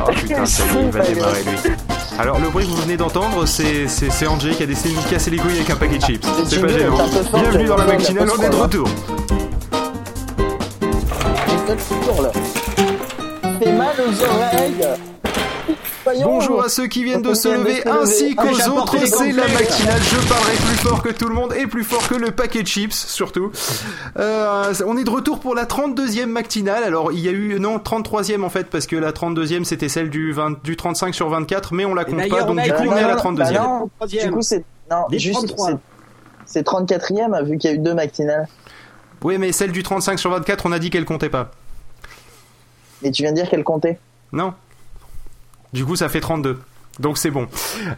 Oh putain, ça y est, il va démarrer lui. Alors le bruit que vous venez d'entendre, c'est c'est c'est Angé qui a décidé de me casser les couilles avec un paquet de chips. C'est pas Jimmy, gênant. t'es un peu fort, Bienvenue t'es dans la vraiment matinale, un peu on est de froid, là. retour. J'ai fait le tour là. Fait mal aux oreilles. Voyons. Bonjour à ceux qui viennent de On se vient de lever se lever. ainsi Ah, qu'aux j'ai autres, apporté les c'est la cornflakes. matinale, je parlerai plus fort que tout le monde et plus fort que le paquet de chips surtout. Euh, on est de retour pour la 32e matinale, alors il y a eu, non 33e en fait parce que la 32e c'était celle du, 20, du 35 sur 24 mais on Eh la compte pas d'ailleurs, donc on a du eu- coup Bah on est à la non, 32e. bah non. Du coup, c'est. Non, Des juste. 33. c'est- C'est 34ème vu qu'il y a eu deux matinales. Oui mais celle du 35 sur 24 on a dit qu'elle comptait pas. Et tu viens de dire qu'elle comptait. Non. Du coup, ça fait 32. Donc c'est bon.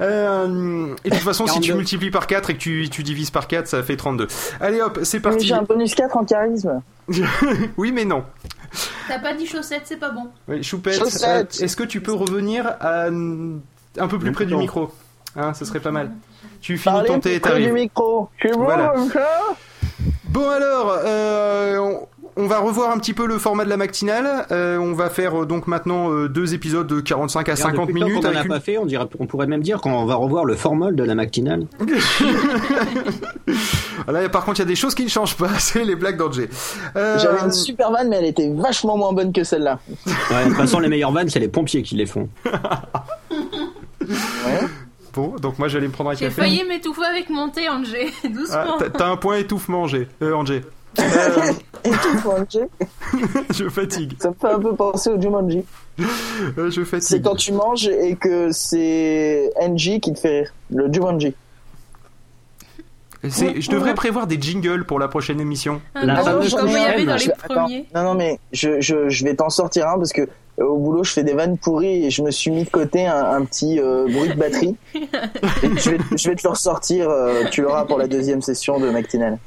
Euh, et de toute façon, si tu 42. multiplies par 4 et que tu, tu divises par 4, ça fait 32. Allez hop, c'est Mais parti. J'ai un bonus 4 en charisme. oui, mais non. T'as pas dit chaussettes, c'est pas bon. Oui, Choupette, euh, Chaussette. est-ce que tu peux revenir à- un peu plus près du micro Hein, ce serait pas mal. Tu finis Parlez ton plus thé et près du t'arrives. micro. euh, Je suis bon Voilà. comme ça. Bon alors, euh, on, on va revoir un petit peu le format de la matinale. Euh, on va faire euh, donc maintenant euh, deux épisodes de 45 à 50 Depuis le temps minutes. qu'on en avec a une- pas fait, on, dirait, on pourrait même dire qu'on va revoir le formol de la matinale. Là, par contre, il y a des choses qui ne changent pas, c'est les blagues d'Orgé. Euh, J'avais une super vanne, mais elle était vachement moins bonne que celle-là. Ouais, de toute façon, les meilleures vannes, c'est les pompiers qui les font. Bon, donc moi, j'allais me prendre un J'ai café. failli m'étouffer avec mon thé, Angé. Ah, Doucement. t'as- T'as un point étouffement, Angé. Euh, Angé. Euh, Et tout, Jumanji, je fatigue. ça me fait un peu penser au Jumanji. Euh, je C'est fatigue. quand tu manges et que c'est NG qui te fait rire. Le Jumanji. C'est- Je devrais prévoir des jingles pour la prochaine émission. Ah, Un La gros, fameuse Ah, comme il y avait chaîne. dans les Je- attends, premiers. non, non, mais je, je, je vais t'en sortir un parce que euh, au boulot, je fais des vannes pourries et je me suis mis de côté un, un petit euh, bruit de batterie. Et je, vais, je vais te le ressortir, euh, tu l'auras pour la deuxième session de Mactinal.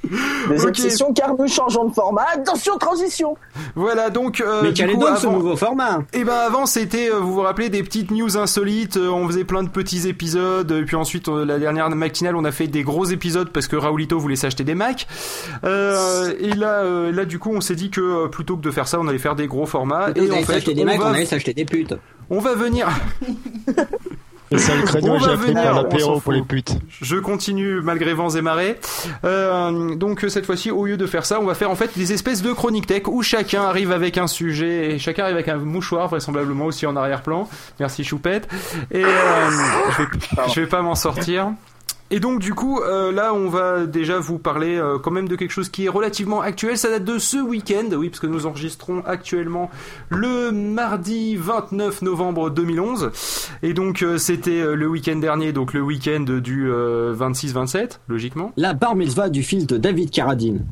Deuxième Ok. session, car nous changeons de format. Attention, transition Voilà, donc. euh, Mais du quel est coup, donc ce avant- nouveau format Eh ben avant c'était, euh, vous vous rappelez, des petites news insolites, euh, on faisait plein de petits épisodes, et puis ensuite euh, la dernière matinale on a fait des gros épisodes parce que Raoulito voulait s'acheter des Macs. Euh, et là, euh, là du coup on s'est dit que euh, plutôt que de faire ça on allait faire des gros formats. Et Et on en allait fait s'acheter des on, mecs, on va, allait s'acheter des putes. on va venir, Le sale On créneau, va j'ai appris venir, pour on s'en l'apéro fout. pour les putes. je continue malgré vents et marées. Euh, donc euh, cette fois-ci au lieu de faire ça on va faire en fait des espèces de chroniques tech où chacun arrive avec un sujet, et chacun arrive avec un mouchoir vraisemblablement aussi en arrière-plan. Merci Choupette. Et euh, je, vais, je vais pas m'en sortir. Et donc du coup, euh, là, on va déjà vous parler euh, quand même de quelque chose qui est relativement actuel. Ça date de ce week-end, oui, parce que nous enregistrons actuellement le mardi 29 novembre 2011. Et donc euh, c'était euh, le week-end dernier, donc le week-end du euh, 26-27, logiquement. La bar mitzvah du fils de David Carradine.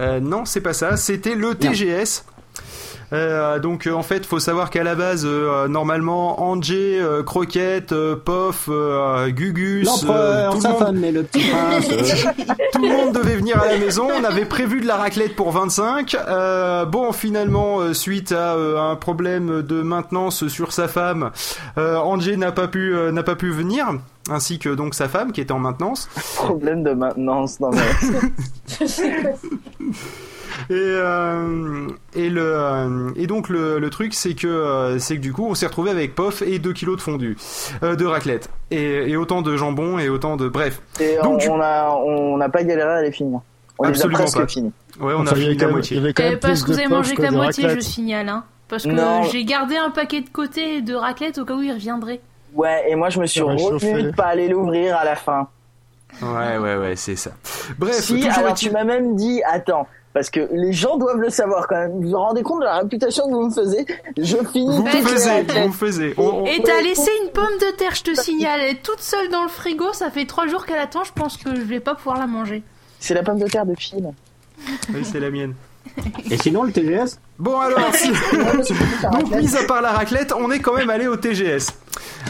Euh, non, c'est pas ça. C'était le TGS. Euh, donc euh, en fait, faut savoir qu'à la base, euh, normalement, Angé, euh, Croquette, euh, Pof, euh, Gugus, euh, L'empereur, tout, le sa monde, femme et le petit prince. euh. tout le monde devait venir à la maison. On avait prévu de la raclette pour 25. Euh, bon, finalement, euh, suite à euh, un problème de maintenance sur sa femme, euh, Angé n'a pas pu euh, n'a pas pu venir, ainsi que donc sa femme qui était en maintenance. Problème de maintenance dans ma... Et, euh, et, le, euh, et donc le, le truc c'est que euh, c'est que du coup on s'est retrouvé avec pof et 2 kilos de fondu euh, de raclette et, et autant de jambon et autant de bref Et Donc, on, tu- on a on n'a pas galéré à les finir. On les a Absolument presque pas. finis. ouais on a Enfin, il y avait fini la quand même- moitié Il y avait quand Eh, même parce plus que vous de avez pof mangé que que la de moitié, je raclette. signale. Hein, parce que Non. j'ai gardé un paquet de côté de raclette au cas où il reviendrait. Ouais, et moi je me suis Ça va retenu chauffer. de pas aller l'ouvrir à la fin. ouais ouais ouais c'est ça bref si, Eh, toujours alors est-il- tu m'as même dit, attends, parce que les gens doivent le savoir quand même. Vous vous rendez compte de la réputation que vous me faisiez Je finis vous me par tirer faisiez la tête. vous me faisiez Oh, On- on- Et t'as laissé une pomme de terre, je te signale. Elle est toute seule dans le frigo, ça fait trois jours qu'elle attend, je pense que je vais pas pouvoir la manger. C'est la pomme de terre de Phil. oui, c'est la mienne Et sinon, le TGS bon alors si- Donc, Donc, mis à part la raclette, on est quand même allé au TGS.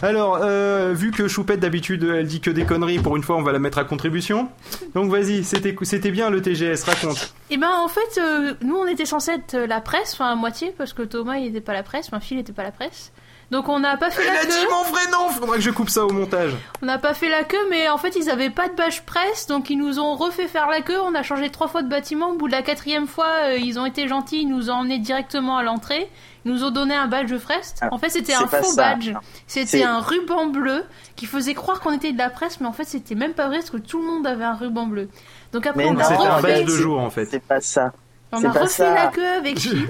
Alors, euh, vu que Choupette d'habitude elle dit que des conneries, pour une fois on va la mettre à contribution. Donc vas-y, c'était c'était bien le TGS, raconte. Et ben en fait, euh, nous on était censé être euh, la presse, enfin à moitié, parce que Thomas il était pas la presse, enfin Phil était pas la presse. Donc on n'a pas fait la Elle a dit queue. mon vrai nom, faudra que je coupe ça au montage. On n'a pas fait la queue, mais en fait ils avaient pas de bâche presse, donc ils nous ont refait faire la queue. On a changé trois fois de bâtiment. Au bout de la quatrième fois, euh, ils ont été gentils, ils nous ont emmenés assigné directement à l'entrée. Ils nous ont donné un badge Frest. Ah, En fait, c'était c'est un pas faux ça. badge. C'était C'est- un ruban bleu qui faisait croire qu'on était de la presse, mais en fait, c'était même pas vrai parce que tout le monde avait un ruban bleu. Donc après, Mais on non, a C'était un en fait, badge refait, de c'est- jour en fait. C'est pas ça. on c'est a pas refait ça. la queue avec Gilles.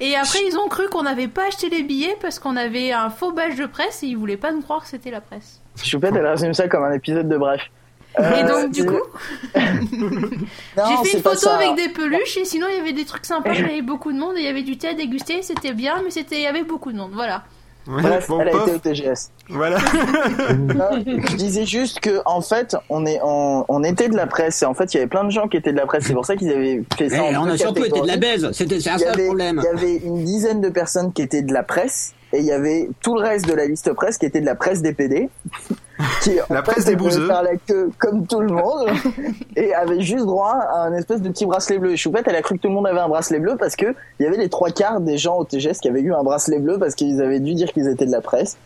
Et après, ils ont cru qu'on n'avait pas acheté les billets parce qu'on avait un faux badge de presse et ils voulaient pas nous croire que c'était la presse. Je suis peut-être elle résume ça comme un épisode de Bref. et Euh, donc, du c'est- coup, non, J'ai fait c'est une pas photo ça. avec des peluches et sinon il y avait des trucs sympas, mais il y avait beaucoup de monde et il y avait du thé à déguster, c'était bien, mais c'était il y avait beaucoup de monde, voilà. Bref, Bon, elle a pof, été au TGS. voilà. Non, je disais juste que en fait, on est on, on était de la presse et en fait, il y avait plein de gens qui étaient de la presse. C'est pour ça qu'ils avaient fait Eh, ça. en on deux a surtout été de la catégories. baise, c'était c'est un Il y seul avait- problème. Il y avait une dizaine de personnes qui étaient de la presse et il y avait tout le reste de la liste presse qui était de la presse des PD. Qui, en La presse fait, des elle pouvait bouseux. faire la queue comme tout le monde et avait juste droit à un espèce de petit bracelet bleu. Et Choupette, elle a cru que tout le monde avait un bracelet bleu parce que il y avait les trois quarts des gens au TGS qui avaient eu un bracelet bleu parce qu'ils avaient dû dire qu'ils étaient de la presse.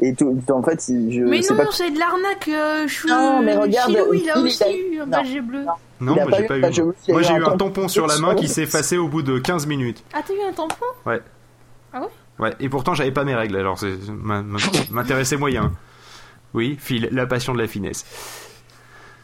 Et tout, en fait, je mais sais non, Euh, pas c'est de l'arnaque, euh, chou... Non, mais regarde, Chilou, il a il aussi a- eu un non. badge bleu. Non, Il a moi pas j'ai eu pas eu. le badge bleu, il a Moi eu j'ai un eu un tampon. tampon sur la main qui s'est effacé au bout de 15 minutes. Ah, t'as eu un tampon Ouais, et pourtant j'avais pas mes règles, alors c'est- m'in- m'in- m'intéressait moyen. Oui, Phil, la passion de la finesse.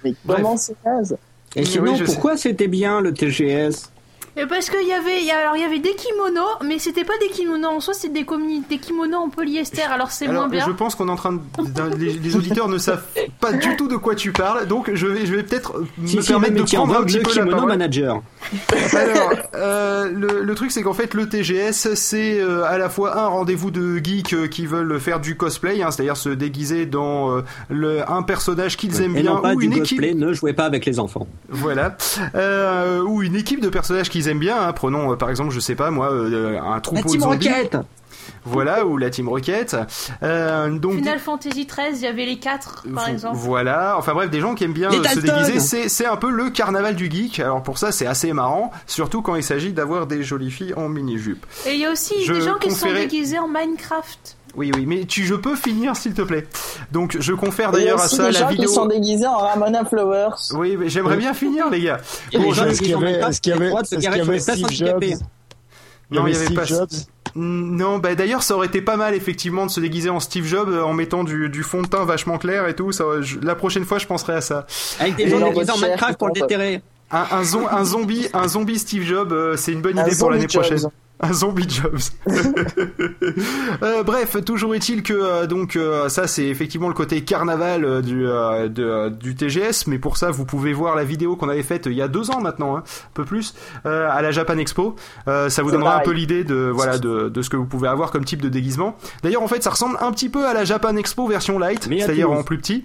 Mais Bref. comment c'est naze Et sinon, Oui, je pourquoi c'était bien le TGS Et Eh, Parce qu'il y avait, il y a- alors il y avait des kimonos, mais c'était pas des kimonos en soi, c'était des, communi- des kimonos en polyester, alors c'est moins Alors, bien. je pense qu'on est en train de. d'un- Les, les auditeurs ne savent pas du tout de quoi tu parles, donc je vais, je vais peut-être euh, me Si, si, permettre même de tiens, prendre un vogue petit le peu la kimono parole. manager. Alors, euh, le, le truc c'est qu'en fait le TGS c'est euh, à la fois un rendez-vous de geeks euh, qui veulent faire du cosplay, hein, c'est-à-dire se déguiser dans euh, le, un personnage qu'ils aiment Et bien non pas ou du une équipe. cosplay, ne jouez pas avec les enfants. Voilà. Euh, ou une équipe de personnages qu'ils aiment bien. hein. Prenons euh, par exemple, je sais pas moi, euh, un troupeau La Team de zombies. Rocket Voilà, ou la Team Rocket. Euh, donc Final Fantasy XIII, il y avait les quatre, par Vo- exemple. Voilà, enfin bref, des gens qui aiment bien Les euh, se Dalton déguiser, c'est, c'est un peu le carnaval du geek. Alors pour ça, c'est assez marrant, surtout quand il s'agit d'avoir des jolies filles en mini-jupe. Et il y a aussi Je des gens qui se sont conférais- déguisés en Minecraft. Oui, oui, mais tu, je peux finir s'il te plaît. Donc je confère Il y a d'ailleurs à aussi ça des gens la qui sont vidéo. déguisés en Ramona Flowers. Oui, mais j'aimerais bien finir, les gars. Et les Bon, gens est-ce qu'il y qui ont avait, même pas est-ce qu'il y avait, le droit de se est-ce qu'il y garer sur avait les places Steve Jobs handicapées. Non, il y avait pas. Steve Jobs. Mm, Non, bah d'ailleurs, ça aurait été pas mal effectivement de se déguiser en Steve Jobs euh, en mettant du, du fond de teint vachement clair et tout. Ça, euh, je- la prochaine fois, je penserai à ça. Avec des Et gens leur déguisés en bonne chair, Minecraft pour le qui sont- déterrer. Un, un, zon- un zombie, un zombie Steve Jobs, euh, c'est une bonne Un idée pour zombie l'année Jobs. prochaine. Un zombie Jobs. Euh, bref, toujours est-il que euh, donc euh, ça c'est effectivement le côté carnaval euh, du euh, de, euh, du TGS, mais pour ça vous pouvez voir la vidéo qu'on avait faite il y a deux ans maintenant, hein, un peu plus, euh, à la Japan Expo. Euh, ça vous C'est donnera un pareil. peu l'idée de voilà de, de ce que vous pouvez avoir comme type de déguisement. D'ailleurs en fait ça ressemble un petit peu à la Japan Expo version light, Mais à c'est-à-dire Toulouse. en plus petit.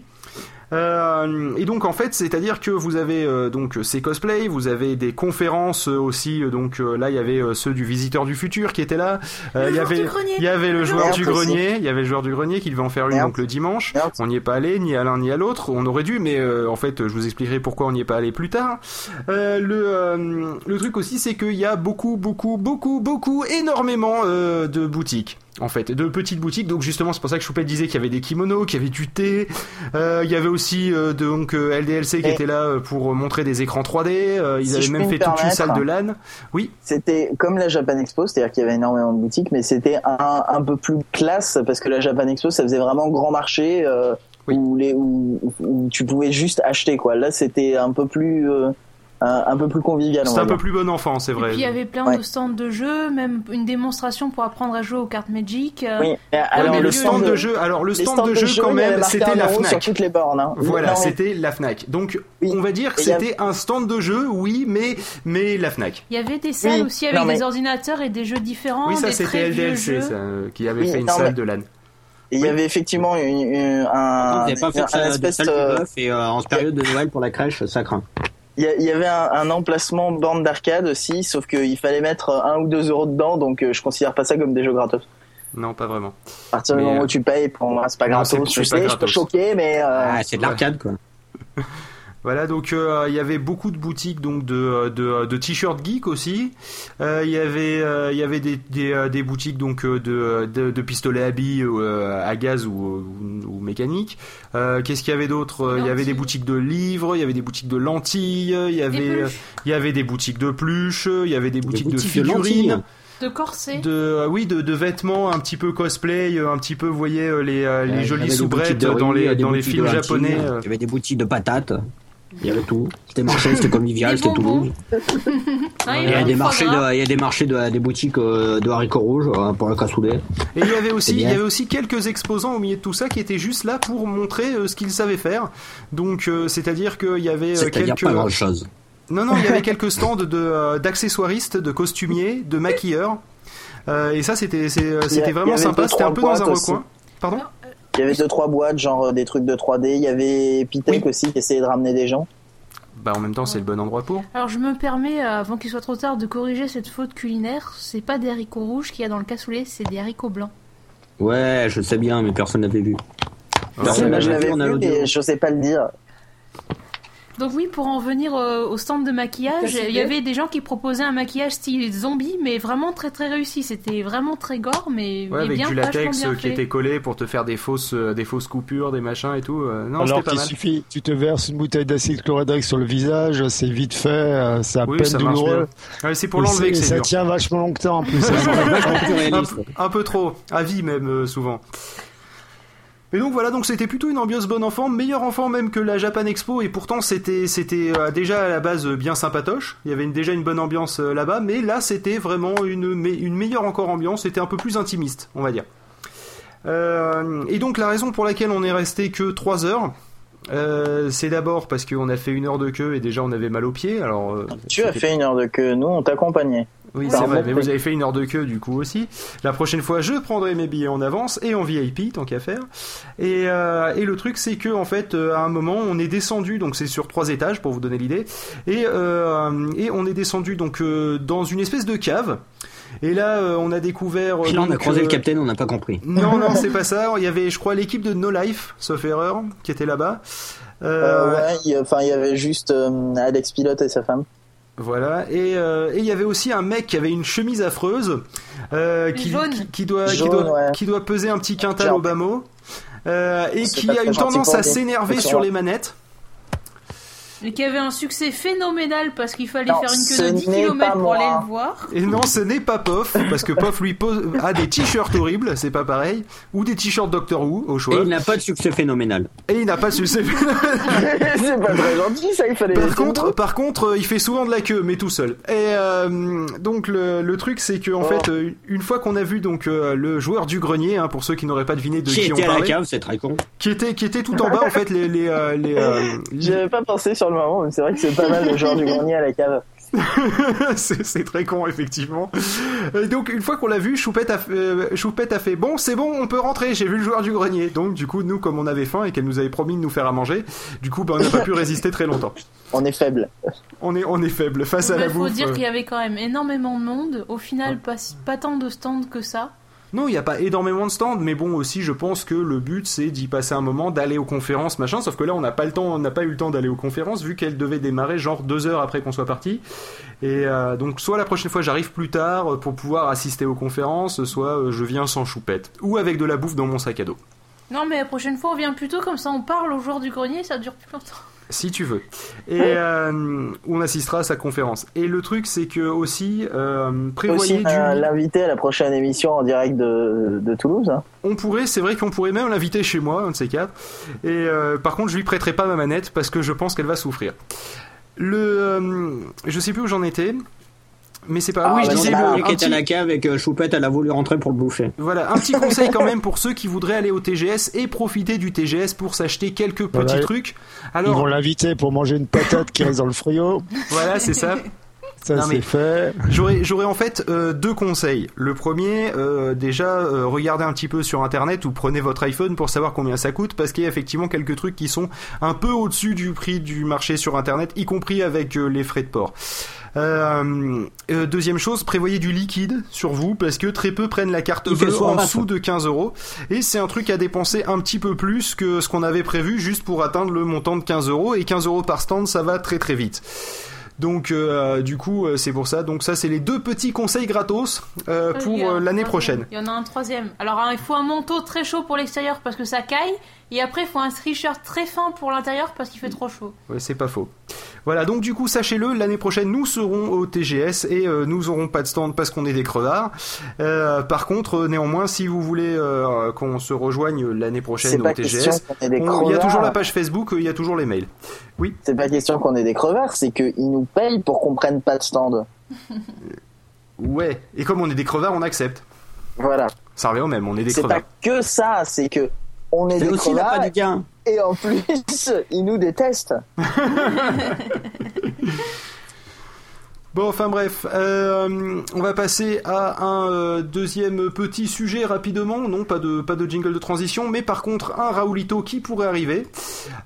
Euh, et donc en fait, c'est-à-dire que vous avez euh, donc ces cosplays, vous avez des conférences euh, aussi. euh, donc euh, là, il y avait euh, ceux du visiteur du futur qui étaient là. Euh, Le il y joueur du avait grenier. il y avait le joueur Merde du aussi. grenier, il y avait le joueur du grenier qui devait en faire une Merde. donc le dimanche. Merde. On n'y est pas allé ni à l'un ni à l'autre. On aurait dû, mais euh, en fait, je vous expliquerai pourquoi on n'y est pas allé plus tard. Euh, le euh, le truc aussi, c'est qu'il y a beaucoup, beaucoup, beaucoup, beaucoup, énormément euh, de boutiques. En fait, de petites boutiques. Donc justement, c'est pour ça que Choupette disait qu'il y avait des kimonos, qu'il y avait du thé. Euh, il y avait aussi euh, donc euh, LDLC qui Et- était là euh, pour montrer des écrans 3D. Euh, ils Si avaient je même puis fait me toute une permettre. salle de LAN. C'était comme la Japan Expo, c'est-à-dire qu'il y avait énormément de boutiques, mais c'était un, un peu plus classe parce que la Japan Expo, ça faisait vraiment grand marché euh, Oui. où, les, où, où tu pouvais juste acheter quoi. Là, c'était un peu plus euh, un, un peu plus convivial. on C'était va un peu dire. plus bon enfant, c'est Et vrai. puis il y avait plein Ouais. de stands de jeux, même une démonstration pour apprendre à jouer aux cartes Magic. euh, Oui. mais Ouais, alors mais le le stand stand de jeu, alors le les stand stands de jeu jeux, quand il y avait même, marqué c'était un la euro sur Fnac. toutes les bornes. hein. Voilà, Non, c'était la Fnac. Donc, Oui. on va dire que Et il y a- c'était un stand de jeu, oui, mais, mais la Fnac. Il y avait des salles Oui. aussi avec Non, mais- des ordinateurs et des jeux différents. Oui, ça, des c'était très vieux LDLC, jeux. ça, euh, qui avait Oui, fait une non, salle mais- de LAN. Et il y avait effectivement une, une- un, Vous n'avez pas fait un- de un salle de espèce salle du euh, bœuf et euh, en période de Noël pour la crèche, ça craint. Il y, a- il y avait un, un emplacement borne d'arcade aussi, sauf qu'il fallait mettre un ou deux euros dedans, donc euh, je considère pas ça comme des jeux gratos. Non, pas vraiment. À partir du Mais, moment euh, où tu payes, pour moi, c'est pas non, gratos. c'est- je c'est pas sais, je peux gratos. choquer, mais euh, Ah, c'est de ouais. l'arcade quoi. Voilà, donc euh, il y avait beaucoup de boutiques donc de euh, de, euh, de t-shirts geek aussi. Euh, Il y avait euh, il y avait des des, euh, des boutiques donc euh, de, euh, de de pistolets à billes euh, à gaz ou ou, ou mécanique. Euh, Qu'est-ce qu'il y avait d'autre Euh, Il y avait des Lentilles. boutiques de livres, il y avait des boutiques de lentilles, il y Des avait peluches. il y avait des boutiques de pluches, il y avait des boutiques de boutiques de lentilles. figurines. de corset. de euh, oui de, de vêtements un petit peu cosplay euh, un petit peu vous voyez euh, les, euh, Il y les avait jolies des soubrettes boutiques de dans riz, il y les avait des dans les boutiques films de hantings, japonais il y euh. avait des boutiques de patates, il y avait tout. C'était marché, c'était convivial, Des c'était tout bonbons. bon. Ah, Il y a avait des du foie marchés, gras. de, il y a des marchés de, des boutiques euh, de haricots rouges euh, pour la cassoulet. Et il y avait aussi, C'est il y bien. avait aussi quelques exposants au milieu de tout ça qui étaient juste là pour montrer euh, ce qu'ils savaient faire. Donc, euh, c'est-à-dire qu'il y avait euh, C'est-à-dire quelques, pas grand-chose. non non, il y avait quelques stands de euh, d'accessoiristes, de costumiers, de maquilleurs. Euh, et ça, c'était c'est, euh, Il y c'était a- il y vraiment avait sympa. deux, C'était un trois peu dans un boîtes aussi. recoin. Pardon. Il y avait deux trois boîtes, genre euh, des trucs de 3D. Il y avait Pitek Oui. aussi qui essayait de ramener des gens. Bah, en même temps, c'est le bon endroit pour. Alors je me permets, euh, avant qu'il soit trop tard, de corriger cette faute culinaire. C'est pas des haricots rouges qu'il y a dans le cassoulet, c'est des haricots blancs. Ouais, je sais bien, mais personne n'avait vu. Alors, c'est Moi, la je l'avais nature, on a vu, l'audio. mais je sais pas le dire. Donc oui, pour en venir euh, au stand de maquillage, Cassoulet. il y avait des gens qui proposaient un maquillage style zombie, mais vraiment très très réussi. C'était vraiment très gore, mais, Ouais, mais avec bien du vachement latex bien euh, qui fait. était collé pour te faire des fausses, euh, des fausses coupures, des machins et tout. Euh, non, Alors c'était pas qu'il mal. suffit, tu te verses une bouteille d'acide chlorhydrique sur le visage, c'est vite fait, euh, c'est à Oui, peine ça marche douloureux. bien. Ouais, c'est pour Et l'enlever c'est- que et c'est ça dur. tient vachement longtemps en plus. un, peu- un peu trop, à vie même euh, souvent. Et donc voilà, donc c'était plutôt une ambiance bon enfant, meilleur enfant même que la Japan Expo, et pourtant c'était c'était euh, déjà à la base euh, bien sympatoche. Il y avait une- déjà une bonne ambiance euh, là-bas, mais là c'était vraiment une me- une meilleure encore ambiance. C'était un peu plus intimiste, on va dire. Euh, et donc la raison pour laquelle on est resté que 3 heures. euh, c'est d'abord parce qu'on a fait une heure de queue et déjà on avait mal aux pieds. Alors euh, Tu as c'était- fait une heure de queue, nous on t'accompagnait. oui, Bah, c'est en vrai, fait, mais oui. vous avez fait une heure de queue du coup aussi. La prochaine fois, je prendrai mes billets en avance et en VIP, tant qu'à faire. Et, euh, et le truc, c'est que en fait, euh, à un moment, on est descendu, donc c'est sur trois étages pour vous donner l'idée, et, euh, et on est descendu donc euh, dans une espèce de cave. Et là, euh, on a découvert. euh, Puis là, on a donc, croisé le euh, capitaine, on n'a pas compris. Non, non, c'est pas ça. Il y avait, je crois, l'équipe de No Life, sauf erreur, qui était là-bas. Euh, Euh, ouais, il y a- enfin il y avait juste euh, Alex Pilote et sa femme. Voilà. Et euh, et il y avait aussi un mec qui avait une chemise affreuse, euh, qui, Jaune. qui, qui doit, Jaune, qui, doit, ouais. qui doit peser un petit quintal Genre. au bas mot, euh, et C'est qui pas a très une gentil tendance pour hein. à des- s'énerver pour sur des- les manettes. Et qui avait un succès phénoménal parce qu'il fallait Non, faire une ce queue de 10 n'est pas km pour moi. aller le voir. Et non, ce n'est pas Pof, parce que Pof lui pose, a des t-shirts horribles, c'est pas pareil, ou des t-shirts Doctor Who, au Et choix, il n'a pas de succès phénoménal. et il n'a pas su. c'est pas très gentil ça, il fallait. Par contre, par contre, euh, il fait souvent de la queue, mais tout seul. Et euh, donc le, le truc, c'est que en Oh. fait, euh, une fois qu'on a vu donc euh, le joueur du grenier, hein, pour ceux qui n'auraient pas deviné de Qui qui on était à la parlait, cave, c'est très con. qui était qui était tout en bas en fait les les euh, les, euh, j'y avais pas pensé sur le moment, mais c'est vrai que c'est pas mal le genre du grenier à la cave. c'est c'est très con effectivement et donc une fois qu'on l'a vu Choupette a fait, euh, Choupette a fait bon c'est bon on peut rentrer j'ai vu le joueur du grenier donc du coup nous comme on avait faim et qu'elle nous avait promis de nous faire à manger du coup ben, on n'a pas pu résister très longtemps On est faible. on est on est faible face à Il la Bah, faut bouffe dire euh. qu'il y avait quand même énormément de monde. Au final, pas, pas tant de stands que ça. non il n'y a pas énormément de stands mais bon aussi je pense que le but c'est d'y passer un moment d'aller aux conférences machin sauf que là on n'a pas le temps on n'a pas eu le temps d'aller aux conférences vu qu'elle devait démarrer genre deux heures après qu'on soit parti Et euh, donc, soit la prochaine fois j'arrive plus tard euh, pour pouvoir assister aux conférences, soit euh, je viens sans choupette, ou avec de la bouffe dans mon sac à dos, Non, mais la prochaine fois, on vient plus tôt, comme ça on parle au joueur du grenier, ça dure plus longtemps. si tu veux. Et euh, on assistera à sa conférence. Et le truc, c'est que aussi, euh, prévoyez Aussi du. euh, l'inviter à la prochaine émission en direct de, de Toulouse. hein. On pourrait, c'est vrai qu'on pourrait même l'inviter chez moi, un de ces quatre. Et euh, par contre, je lui prêterai pas ma manette parce que je pense qu'elle va souffrir. Le, euh, je sais plus où j'en étais, mais c'est pas. Ah, oui, je bah, disais c'est le- pas- un Celui qui était à petit- la cave avec Choupette, elle a voulu rentrer pour le bouffer. Voilà, un petit conseil quand même pour ceux qui voudraient aller au TGS et profiter du TGS pour s'acheter quelques petits Voilà. trucs. Ils vont Alors, l'inviter pour manger une patate qui reste dans le frigo. voilà, c'est ça. Ça Non, c'est mais- fait. J'aurais, j'aurais en fait euh, deux conseils. Le premier, euh, déjà, euh, regardez un petit peu sur internet ou prenez votre iPhone pour savoir combien ça coûte parce qu'il y a effectivement quelques trucs qui sont un peu au-dessus du prix du marché sur internet, y compris avec euh, les frais de port. Euh, euh, deuxième chose, prévoyez du liquide sur vous parce que très peu prennent la carte Il fait bleue soir en raf. dessous de 15 euros et c'est un truc à dépenser un petit peu plus que ce qu'on avait prévu juste pour atteindre le montant de 15 euros et 15 euros par stand ça va très très vite. Donc euh, du coup euh, c'est pour ça. Donc ça c'est les deux petits conseils gratos euh, Il y a pour un euh, l'année troisième. prochaine. Il y en a un troisième. Alors, hein, il faut un manteau très chaud pour l'extérieur parce que ça caille, et après, il faut un t-shirt très fin pour l'intérieur parce qu'il fait trop chaud. Ouais, c'est pas faux. Voilà, donc du coup, sachez-le, l'année prochaine, nous serons au TGS et euh, nous aurons pas de stand parce qu'on est des crevards. Euh, par contre, euh, néanmoins, si vous voulez euh, qu'on se rejoigne l'année C'est prochaine au pas question TGS, qu'on ait on- des il y a crevards. toujours la page Facebook, euh, il y a toujours les mails. C'est pas question qu'on ait des crevards, c'est qu'ils nous payent pour qu'on prenne pas de stand. Ouais, et comme on est des crevards, on accepte. Voilà. Ça revient au même, on est des C'est crevards. pas que ça, c'est que on est C'est des aussi la crevards pas du gain. et en plus ils nous détestent. Bon, enfin bref, euh, on va passer à un euh, deuxième petit sujet rapidement. Non, pas de pas de jingle de transition, mais par contre un Raoulito qui pourrait arriver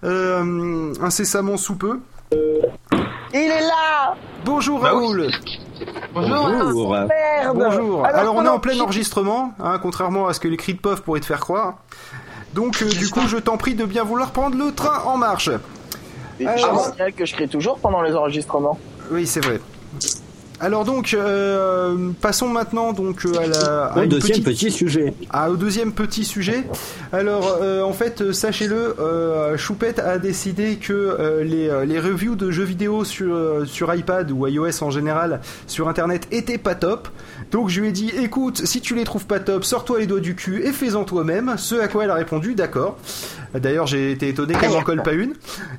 euh, incessamment sous peu. Il est là, Bonjour Bah oui. Raoul. Bonjour. Ah, merde. Bonjour. Alors, on est pendant en plein que- enregistrement, hein, contrairement à ce que les cris de puff pourraient te faire croire. Donc euh, du coup, je t'en prie de bien vouloir prendre le train en marche. Et Alors- Ah, je me signale que je crie toujours pendant les enregistrements. Oui, c'est vrai. Alors donc, euh, passons maintenant donc euh, à la à Au une deuxième petite- petit sujet. Ah, au deuxième petit sujet. Alors, euh, en fait, euh, sachez-le, euh, Choupette a décidé que euh, les, euh, les reviews de jeux vidéo sur, euh, sur iPad ou iOS en général sur Internet étaient pas top. Donc, je lui ai dit, écoute, si tu les trouves pas top, sors-toi les doigts du cul et fais-en toi-même. Ce à quoi elle a répondu, d'accord. D'ailleurs, j'ai été étonné qu'elle n'en colle pas une.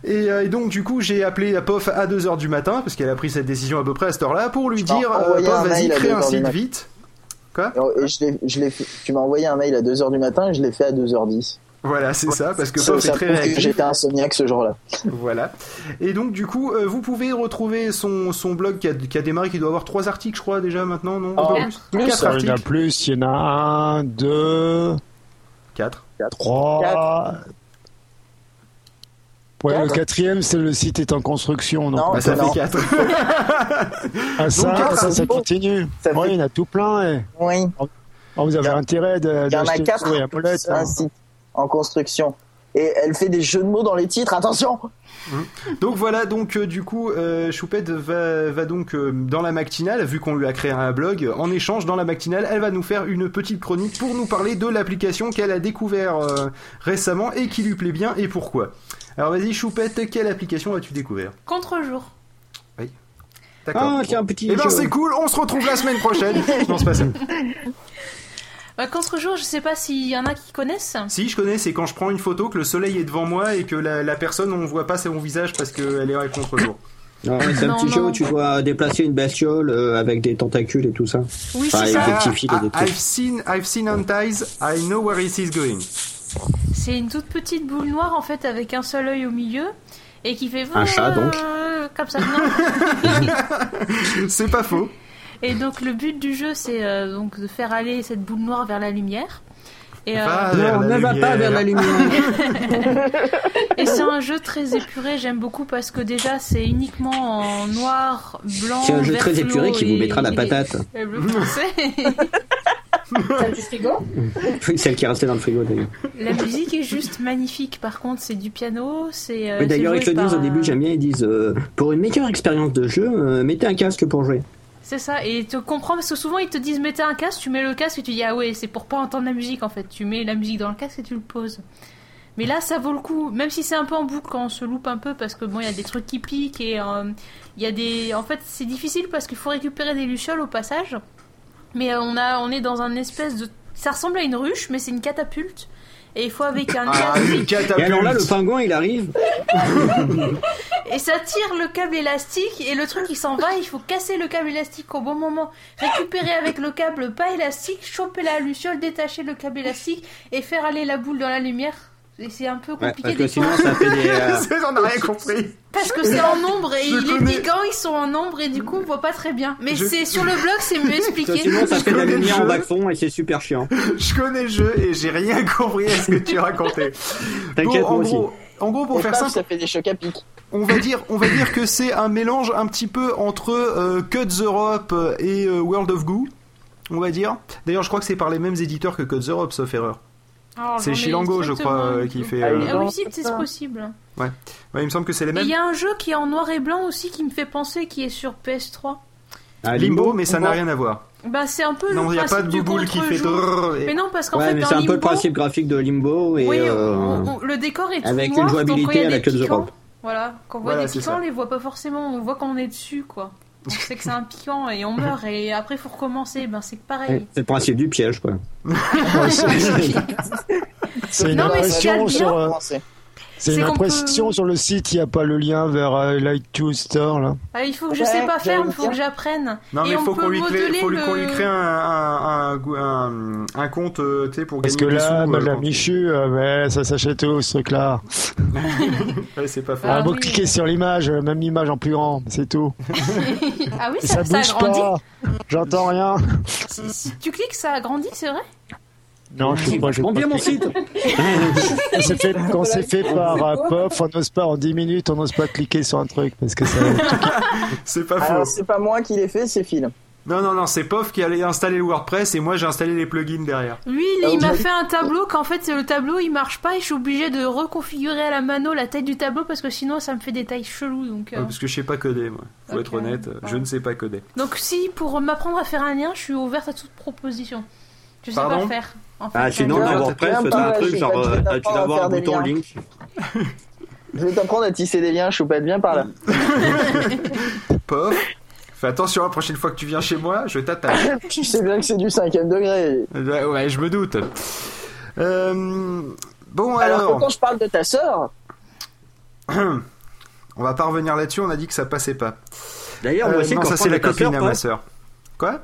Et, euh, et donc, du coup, j'ai appelé la POF à 2h du matin, parce qu'elle a pris cette décision à peu près à cette heure-là, pour lui Je t'en dire, euh, envoyais POF, un vas-y, mail à crée 2 un heures du site mat. vite. Et je l'ai- je l'ai fait- tu m'as envoyé un mail à 2h du matin et je l'ai fait à 2h10. Voilà, c'est ça, parce que Ça, POF est ça très prouve que réactive. j'étais insomniaque ce jour-là. Voilà. Et donc, du coup, euh, vous pouvez retrouver son, son blog qui a, qui a démarré, qui doit avoir trois articles, je crois, déjà maintenant, non Oh, Pas plus, Quatre hein, Il y en a articles. plus, il y en a un, deux, Quatre. trois. Ouais, le Quatre. quatrième, c'est le site est en construction. Non, Non, Bah, ça non. fait quatre. ah, ça, donc, quatre, ça, ça c'est bon. continue. Ça fait- Ouais, il y en a tout plein. eh. Oui, Oh, vous avez Il y en- intérêt de- il y en a d'acheter hein. une quatre. souris à molette. hein. C'est un site en construction. Et elle fait des jeux de mots dans les titres, attention donc voilà, donc euh, du coup, euh, Choupette va, va donc euh, dans la matinale, vu qu'on lui a créé un blog, en échange, dans la matinale, elle va nous faire une petite chronique pour nous parler de l'application qu'elle a découvert euh, récemment et qui lui plaît bien et pourquoi. Alors vas-y, Choupette, quelle application as-tu découvert Contre-jour. D'accord. Ah, tiens, un petit. Eh ben jeu. c'est cool, on se retrouve la semaine prochaine. non, c'est pas ça. Bah, contre-jour, je sais pas s'il y en a qui connaissent. Si, je connais, c'est quand je prends une photo que le soleil est devant moi et que la, la personne, on voit pas son visage parce qu'elle est à contre-jour. Ouais, Ah, c'est un Non, petit non. jeu où tu dois déplacer une bestiole euh, avec des tentacules et tout ça. Oui, Ah, c'est il ça. fait- Rectifie les Ah, détails. I've seen, I've seen Antis, I know where it is going. C'est une toute petite boule noire en fait avec un seul œil au milieu et qui fait euh, Un chat, donc. comme ça. Non. C'est pas faux. et donc le but du jeu c'est euh, donc de faire aller cette boule noire vers la lumière. Et, euh, Va Ah, vers Non, la ne va lumière. pas vers la lumière. et c'est un jeu très épuré, j'aime beaucoup parce que déjà c'est uniquement en noir, blanc, C'est un jeu vert très épuré fluo qui vous et- mettra la et- patate. et bleu foncé. Celle du frigo Oui, Celle qui est restée dans le frigo d'ailleurs. la musique est juste magnifique. Par contre, c'est du piano, c'est. euh, Mais d'ailleurs, c'est ils te joué le disent par au début, un- j'aime bien, ils disent euh, pour une meilleure expérience de jeu, euh, mettez un casque pour jouer. C'est ça, et tu comprends parce que souvent ils te disent mettez un casque, tu mets le casque et tu dis ah ouais, c'est pour pas entendre la musique en fait. Tu mets la musique dans le casque et tu le poses. Mais là, ça vaut le coup, même si c'est un peu en boucle quand on se loupe un peu parce que bon, il y a des trucs qui piquent et euh, il y a des. En fait, c'est difficile parce qu'il faut récupérer des lucioles au passage. Mais euh, on, a, on est dans un espèce de. Ça ressemble à une ruche, mais c'est une catapulte. Et il faut avec un Ah, casque. une Et alors là, le catapulte. pingouin, il arrive. Et ça tire le câble élastique et le truc il s'en va, il faut casser le câble élastique au bon moment, récupérer avec le câble pas élastique, choper la luciole, détacher le câble élastique et faire aller la boule dans la lumière. Et c'est un peu Ouais, compliqué parce que des sinon, fois. ça fait des. euh, J'en ai rien compris. parce que c'est en ombre et Je les connais. piquants ils sont en ombre et du coup on voit pas très bien. Mais Je- c'est sur le blog c'est mieux parce que expliqué. sinon, ça fait de la connais le lumière en jeu. bas de fond et c'est super chiant. Je connais le jeu et j'ai rien compris à ce que tu racontais. T'inquiète, Bon, en moi aussi. gros, en gros, pour Et faire paf, simple, ça fait des chocs à pic. on va dire, on va dire que c'est un mélange un petit peu entre euh, Cuts Europe et euh, World of Goo. On va dire. D'ailleurs, je crois que c'est par les mêmes éditeurs que Codes Europe, sauf erreur. Alors, C'est Oh, j'en ai Chilango, je crois, strictement euh, une qui idée. fait. Ah, euh, il est Ah oui, si, c'est possible. ouais, il me semble que c'est les Et mêmes. il y a un jeu qui est en noir et blanc aussi qui me fait penser qui est sur PS3. Ah, Limbo, mais ça Limbo. n'a rien à voir. Bah c'est un peu Non, le il n'y a principe pas de du bouboule qui fait. contre-jour. drrrr et- Mais non, parce qu'en Ouais, fait, mais dans c'est un peu le Limbo, principe graphique de Limbo et. oui, euh, on- on- le décor est tout avec une noir, jouabilité donc quand il y a à la des Queue de piquants, Europe. Voilà, quand on voit Voilà, des c'est piquants, ça. on les voit pas forcément, on voit quand on est dessus, quoi. On sait que c'est un piquant et on meurt, et après faut recommencer, ben c'est pareil. C'est le principe du piège, quoi. C'est une Non, mais ce qu'il y a de impression, bien- sur, euh, Français. c'est c'est une qu'on impression peut- sur le site, il n'y a pas le lien vers euh, Light to Store, là. Ah, il faut que je Ouais, sais pas faire, j'allais il faut dire. que j'apprenne. Non, Et mais il on faut qu'on peut lui, crée- modeler faut lui- qu'on lui le- crée un, un, un- un- un compte euh, tu sais, pour Parce gagner que des là, sous, euh, Madame quand- Michu, euh, ouais, ça s'achète où, ce truc-là Ouais, c'est pas faux. Ah Ah, Vous oui. cliquez sur l'image, euh, même l'image en plus grand, c'est tout. ah oui, Et ça, ça, ça bouge agrandit. pas J'entends rien Si, si tu cliques, ça agrandit, c'est vrai Non, je sais pas, je sais Prends pas. bien mon site Quand c'est fait, quand c'est fait par euh, POF, on n'ose pas, en 10 minutes, on n'ose pas cliquer sur un truc, parce que ça... C'est pas faux. Alors, c'est pas moi qui l'ai fait, c'est Phil. Non, non, non, c'est POF qui allait installer le WordPress et moi j'ai installé les plugins derrière. Lui, il, Ah, il m'a oui. fait un tableau qu'en fait le tableau il marche pas et je suis obligée de reconfigurer à la mano la taille du tableau parce que sinon ça me fait des tailles cheloues. Donc, euh, Ouais, parce que je sais pas coder, moi. Faut Ok, être honnête, euh, je ouais. ne sais pas coder. donc si pour m'apprendre à faire un lien, je suis ouverte à toute proposition. Je sais Pardon pas faire. En fait, Ah, sinon, Même dans pas, WordPress, même t'as un pas, truc je genre, vais euh, pas t'as- tu faire dois avoir un des bouton liens. link. Je vais t'apprendre à tisser des liens, pas bien par là. POF, fais attention la prochaine fois que tu viens chez moi, je t'attaque. Je sais bien que c'est du cinquième degré. ouais, ouais, je me doute. Euh, bon, Alors, alors, que quand je parle de ta sœur, on va pas revenir là-dessus, on a dit que ça passait pas. D'ailleurs, moi Euh, aussi, non, quand ça je c'est parle la de copine ta sœur, à Pof- ma sœur. Quoi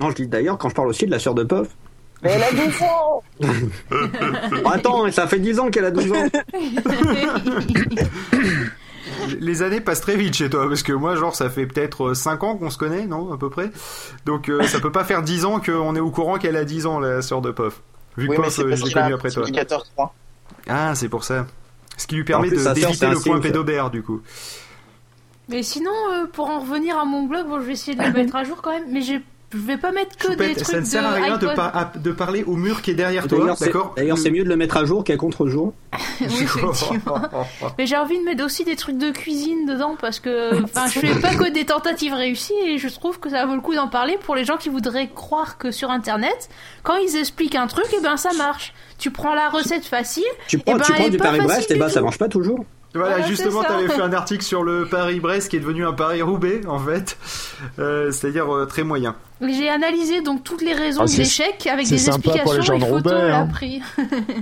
Non, je dis d'ailleurs, quand je parle aussi de la sœur de POF. mais elle a 12 ans. Oh, Attends, ça fait 10 ans qu'elle a 12 ans. Les années passent très vite chez toi, parce que moi, genre, ça fait peut-être 5 ans qu'on se connaît, non À peu près. Donc, euh, ça peut pas faire 10 ans qu'on est au courant qu'elle a 10 ans, la sœur de POF. Vu que Oui, mais POF, c'est euh, parce je l'ai qu'il a connue un après petit toi. indicateur 3. Ah, c'est pour ça. Ce qui lui permet En plus, de- sa sœur, c'est d'éviter un le point signe, ça. pédobère, du coup. Mais sinon, euh, pour en revenir à mon blog, bon, je vais essayer de le mettre à jour quand même, mais j'ai- je vais pas mettre que des Choupette, trucs ça ne sert de à rien de, iPod. par- à- de parler au mur qui est derrière toi, D'ailleurs, c'est- d'accord d'ailleurs, c'est mieux de le mettre à jour qu'à contre-jour. Oui, effectivement. Mais j'ai envie de mettre aussi des trucs de cuisine dedans parce que enfin, je fais pas que des tentatives réussies et je trouve que ça vaut le coup d'en parler pour les gens qui voudraient croire que sur internet, quand ils expliquent un truc, et ben ça marche. Tu prends la recette facile, Tu prends, Eh ben, tu prends elle est du pas Paris-Brest, facile et du bah ça tout. marche pas toujours. Voilà, Voilà, justement, c'est ça. t'avais fait un article sur le Paris-Brest qui est devenu un Paris-Roubaix, en fait. Euh, C'est-à-dire euh, très moyen. Et j'ai analysé donc toutes les raisons Ah, de c'est- l'échec avec c'est des sympa pour les explications gens et de photos Roubaix, à hein. l'appris.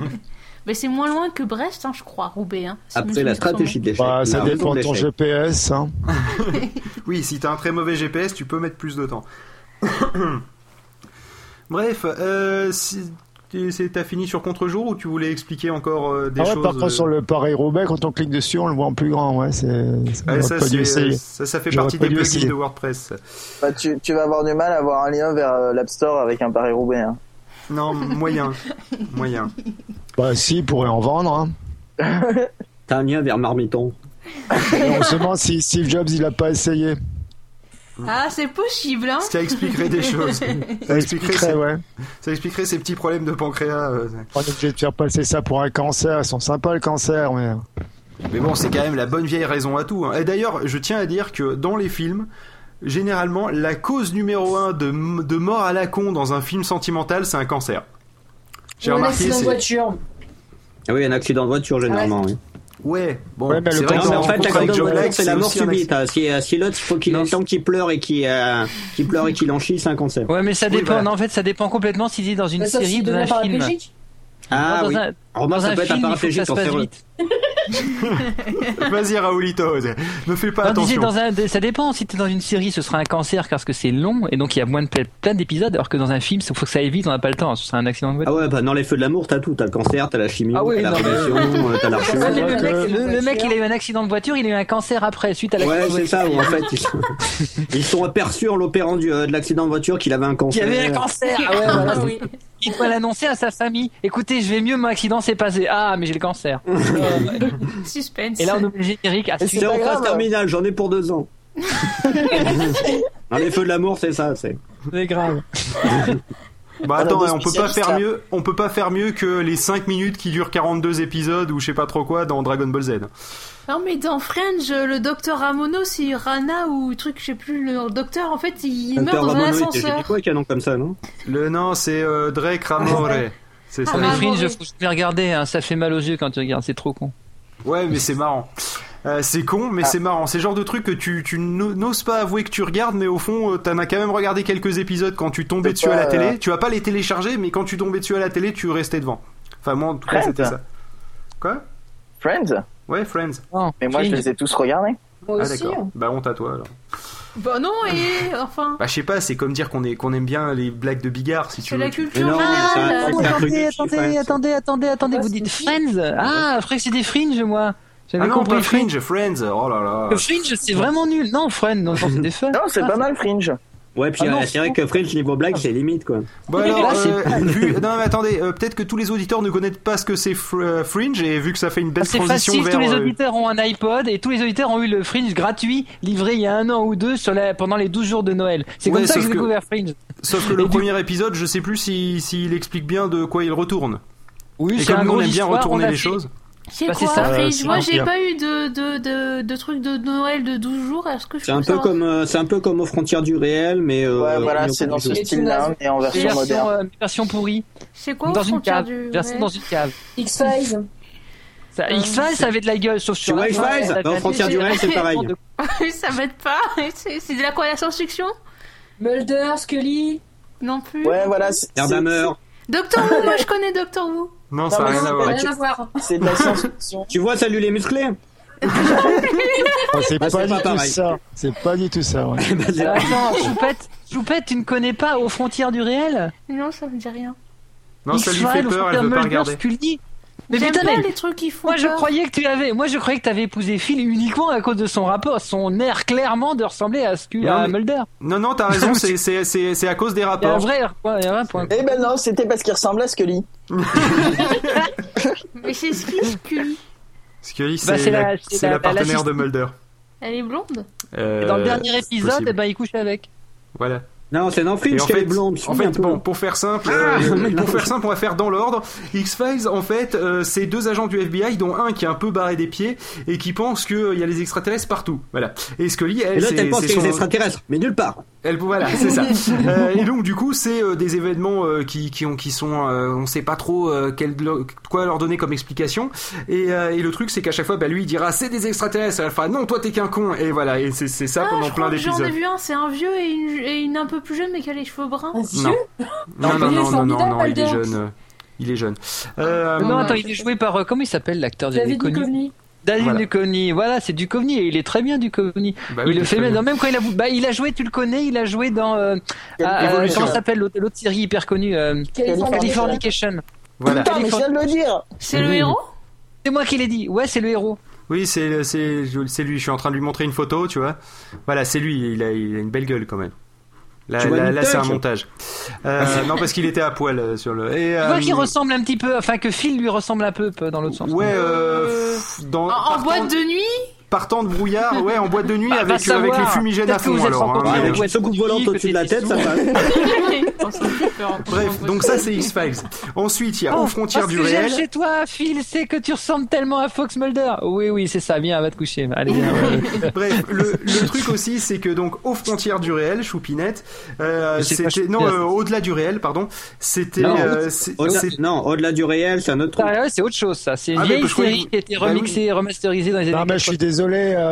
Mais c'est moins loin que Brest, hein, je crois, Roubaix. Hein, si je Après me la souviens stratégie de l'échec. Bah, ça la dépend raison de de ton l'échec. GPS, hein. Oui, si t'as un très mauvais GPS, tu peux mettre plus de temps. Bref, euh, si- tu- c'est- t'as fini sur contre-jour ou tu voulais expliquer encore euh, des Ah ouais, choses par contre, euh, sur le Paris-Roubaix, quand on clique dessus, on le voit en plus grand, ouais, c'est... c'est- ouais, on Ah, ça, aurait pas dû c'est- euh, essayer. ça, ça fait J'aurais partie pas des dû plugins essayer. de WordPress. Bah, tu, tu vas avoir du mal à avoir un lien vers euh, l'App Store avec un Paris-Roubaix. hein. Non, moyen. moyen. Bah si, il pourrait en vendre, hein. T'as un lien vers Marmiton. Et on se demande si Steve Jobs, il a pas essayé. Ah, c'est possible, hein Ça expliquerait des choses. Ça Ça expliquerait, expliquerait, ces, ouais. ça expliquerait ces petits problèmes de pancréas. euh. On est obligé de faire passer ça pour un cancer. Ils sont sympas, le cancer, mais... Mais bon, c'est quand même la bonne vieille raison à tout. hein. Et d'ailleurs, je tiens à dire que dans les films, généralement, la cause numéro un de, m- de mort à la con dans un film sentimental, c'est un cancer. J'ai Ou un remarqué. accident de c'est- voiture. Ah oui, un accident de voiture généralement. oui. Ouais, bon, Ouais, mais c'est le vrai que Non, mais bah, en cancer, dans on fait, Rencontre l'accident avec de Joe voiture, Black, c'est la mort aussi un subite. hein. Si, euh, si l'autre, il faut qu'il ait le temps qu'il pleure et qu'il euh, qu'il pleure et qu'il hein, en chie, c'est un cancer. Ouais, mais ça Oui, dépend. bah. voilà. Non, en fait, ça dépend complètement s'il est dans une Mais sauf série s'il ou dans devient un film. paraplégique. Ah dans oui. un, Remarque, dans ça un peut être un film, il faut que paraplégique ça se passe cancéreux. vite. accident. Vas-y, Raoulito, ne fais pas Non, disais, attention. dans un, ça dépend. Si t'es dans une série, ce sera un cancer parce que c'est long et donc il y a moins de pla- plein d'épisodes. Alors que dans un film, il faut que ça aille vite, on n'a pas le temps. hein. Ce sera un accident de voiture. Ah ouais, bah dans les feux de l'amour, t'as tout. T'as le cancer, t'as la chimie, Ah oui, t'as la non, mais- relation, euh, t'as l'archi. C'est vrai le, que- mec, le- le mec, il a eu un accident de voiture, il a eu un cancer après, suite à l'accident Ouais, de c'est voiture. ça, où en fait, ils sont, ils sont aperçus en l'opérant du- euh, de l'accident de voiture qu'il avait un Il y cancer. avait un cancer. Ah ouais, voilà. Ah oui. Il faut l'annoncer à sa famille. Écoutez, je vais mieux, mon accident s'est passé. Ah, mais j'ai le cancer. Suspense. Et là, on oublie le générique. Ah, Et si. C'est pas en phase grave. terminale, j'en ai pour deux ans. dans les feux de l'amour, c'est ça, c'est. c'est grave. Bah attends, Voilà, hein, des on peut pas spécialistes, faire là. mieux, on peut pas faire mieux que les 5 minutes qui durent 42 épisodes ou je sais pas trop quoi dans Dragon Ball Z. Non mais dans Fringe, le docteur Ramono, c'est Rana ou truc, je sais plus, le docteur en fait, il meurt dans un Ramono était- J'ai dit ascenseur. quoi, canon comme ça, non Le nom c'est euh, Drake Ramore. C'est ça. Ah, mais Ah, bon, Fringe, oui. faut jamais regarder. hein, Ça fait mal aux yeux quand tu regardes. C'est trop con. Ouais, mais c'est marrant. Euh, c'est con, mais Ah. c'est marrant. C'est le genre de truc que tu, tu n'o- n'oses pas avouer que tu regardes, mais au fond, euh, t'en as quand même regardé quelques épisodes quand tu tombais C'est dessus à pas, la télé. euh, Tu vas pas les télécharger, mais quand tu tombais dessus à la télé, tu restais devant. Enfin, moi, en tout cas, Friends. c'était ça. Quoi Friends Ouais, Friends. Non, Mais moi, je Fringe. les ai tous regardés. Moi Ah, aussi. hein. d'accord. Bah, honte à toi, alors. Bah non, et enfin, Bah, je sais pas, c'est comme dire qu'on est- qu'on aime bien les blagues de Bigard, si tu c'est veux. la tu- culture Mais non, mais ça- générale. c'est un truc Ah, attendez, de attendez, chiffre, hein. attendez, attendez, attendez, Ouais, vous c'est dites une Friends Ah, je croyais que c'était Fringe, moi. J'avais Ah non, compris pas Fringe, Friends. Oh là là. Le Fringe, c'est vraiment nul. Non, Friends, non, c'est des fun. Non, c'est pas mal Fringe. Ouais, puis Ah euh, non, c'est vrai que French niveau blague, c'est limite quoi. Bon alors, Là, c'est euh, vu- non mais attendez, euh, peut-être que tous les auditeurs ne connaissent pas ce que c'est fr- euh, Fringe et vu que ça fait une belle Ah, C'est transition facile, vers tous les euh, auditeurs ont un iPod et tous les auditeurs ont eu le Fringe gratuit livré il y a un an ou deux sur la- pendant les 12 jours de Noël. C'est Ouais, comme ça que sauf j'ai que- découvert Fringe. sauf que le Et du- premier épisode, je sais plus si s'il explique bien de quoi il retourne. Oui, Et c'est comme un nous on gros aime bien histoire, retourner on a les fait- choses. C'est Bah, c'est quoi ça, Fringe euh, c'est Moi, j'ai l'Empire. pas eu de, de, de, de truc de Noël de 12 jours. Est-ce que je C'est peux un peu savoir comme euh, c'est un peu comme aux frontières du réel, mais euh, Ouais, on voilà, est au c'est bout dans du ce jeu. Et style-là, Tunaz. mais en version Version, moderne. euh, version pourrie, C'est quoi dans aux une frontières cave. du- Version ouais. dans une cave. X-Files. Ça, Euh, X-Files, ça avait de la gueule, sauf sur Tu vois, la- X-Files, la- la- dans la- Frontières du Réel, c'est pareil. ça m'aide pas. C'est c'est de la quoi la science-fiction Mulder, Scully. Non plus. Ouais, voilà. c'est- c'est- Herdamer. Doctor Who, moi je connais Doctor Who. Non, ça n'a mais rien c'est à pas voir. la- Rien à voir. C'est de la science-fiction. Tu vois, salut les musclés. Ah, c'est Bah, c'est pas pas du tout pareil. ça. C'est pas du tout ça. ouais. Bah, c'est- Alors, Attends, Choupette, Choupette, tu ne connais pas aux frontières du réel Non, ça me dit rien. Non, ça lui X-Files, fait aux peur, elle frontières veut pas Mulder, regarder. Scully. Mais J'aime putain, pas mais- les trucs qui font moi je peur. croyais que tu avais, moi je croyais que t'avais épousé Phil uniquement à cause de son rapport, son air clairement de ressembler à Scully, Non, à mais- Mulder. Non non, t'as raison, c'est c'est c'est c'est à cause des Il y a un rapports. vrai, il y a un vrai point. Eh ben non, c'était parce qu'il ressemblait à Scully. Mais c'est ce qui Scully. Scully, Bah, c'est c'est la, la- c'est c'est la- la la- partenaire l'assistante. de Mulder. Elle est blonde. Euh, Et dans le dernier épisode, possible. eh ben, il couche avec. voilà. Non, c'est dans Fringe en qu'elle fait- est blonde. En fait, bon, pour faire simple, euh, Ah, mais non. pour faire simple, on va faire dans l'ordre. X-Files, en fait, euh, c'est deux agents du FBI, dont un qui est un peu barré des pieds et qui pense qu'il y a les extraterrestres partout. Voilà. Et Scully, Et elle, l'autre, c'est elle pense c'est qu'elle est son- extraterrestre, mais nulle part. elle, voilà, c'est ça. Euh, et donc du coup, c'est euh, des événements euh, qui, qui ont qui sont, euh, on sait pas trop euh, quel- quoi leur donner comme explication. Et, euh, et le truc, c'est qu'à chaque fois, bah lui, il dira c'est des extraterrestres. Elle fera non, toi t'es qu'un con. Et voilà, et c'est c'est ça Ah, pendant je plein crois que j'en ai d'épisodes. vu un, c'est un vieux et une, et une un peu plus jeune mais qui a les cheveux bruns. Un Non. vieux. Non, non, Il est non, non, non, formidable, non, il est Mulder. jeune. euh, Il est jeune. Euh, non, ouais, attends, je il sais est joué par, euh, comment il s'appelle l'acteur David Duchovny Duchovny. David Voilà. Duchovny, voilà, c'est Duchovny et il est très bien Duchovny. bah oui, il le il fait est bien. jeune. Non, même quand il a, bah, il a joué, tu le connais, il a joué dans, euh, ah, euh, Evolution. comment ça s'appelle l'autre l'autre série hyper connue, euh, Californie. Californication. Voilà. Putain, mais je viens de le dire C'est le héros Oh, C'est moi qui l'ai dit. Ouais, c'est le héros. Oui, c'est c'est c'est lui. Je suis en train de lui montrer une photo, tu vois. Voilà, c'est lui. Il a, il a une belle gueule quand même. Là, Tu vois là, une là, c'est un teuque. montage. Euh, non, parce qu'il était à poil euh, sur le. Et, Tu euh, vois qu'il ressemble un petit peu, enfin que Phil lui ressemble un peu peu, dans l'autre sens. Ouais, euh, Euh, pff, dans, En, en partant, boîte de nuit partant de brouillard, ouais, en boîte de nuit Bah, va avec, euh, avec savoir. les fumigènes à Peut-être fond que vous êtes alors. hein, rencontrés mais- Avec ouais, une soucoupe Duchovny, volante au-dessus de la tête, peut-être ça passe. On s'en fout, on s'en Bref, fout. donc ça c'est X-Files. Ensuite, il y a Oh, Aux frontières oh, ce du que j'aime réel. chez toi, Phil, c'est que tu ressembles tellement à Fox Mulder. Oui, oui, c'est ça. Bien, va te coucher. Allez, viens. ouais. Bref, le, le truc aussi, c'est que donc aux frontières du réel, Choupinette, euh, Mais c'est pas c'était non Choupinette. euh, au-delà du réel, pardon, c'était Non, euh, c'est- Au-delà- c'est- Non, au-delà du réel, c'est un autre truc. Ah, ouais, c'est autre chose, ça. C'est une Ah, mais vieille parce que- série qui a été Bah oui. remixée et remasterisée dans les Non, années mais je 80. suis désolé. euh,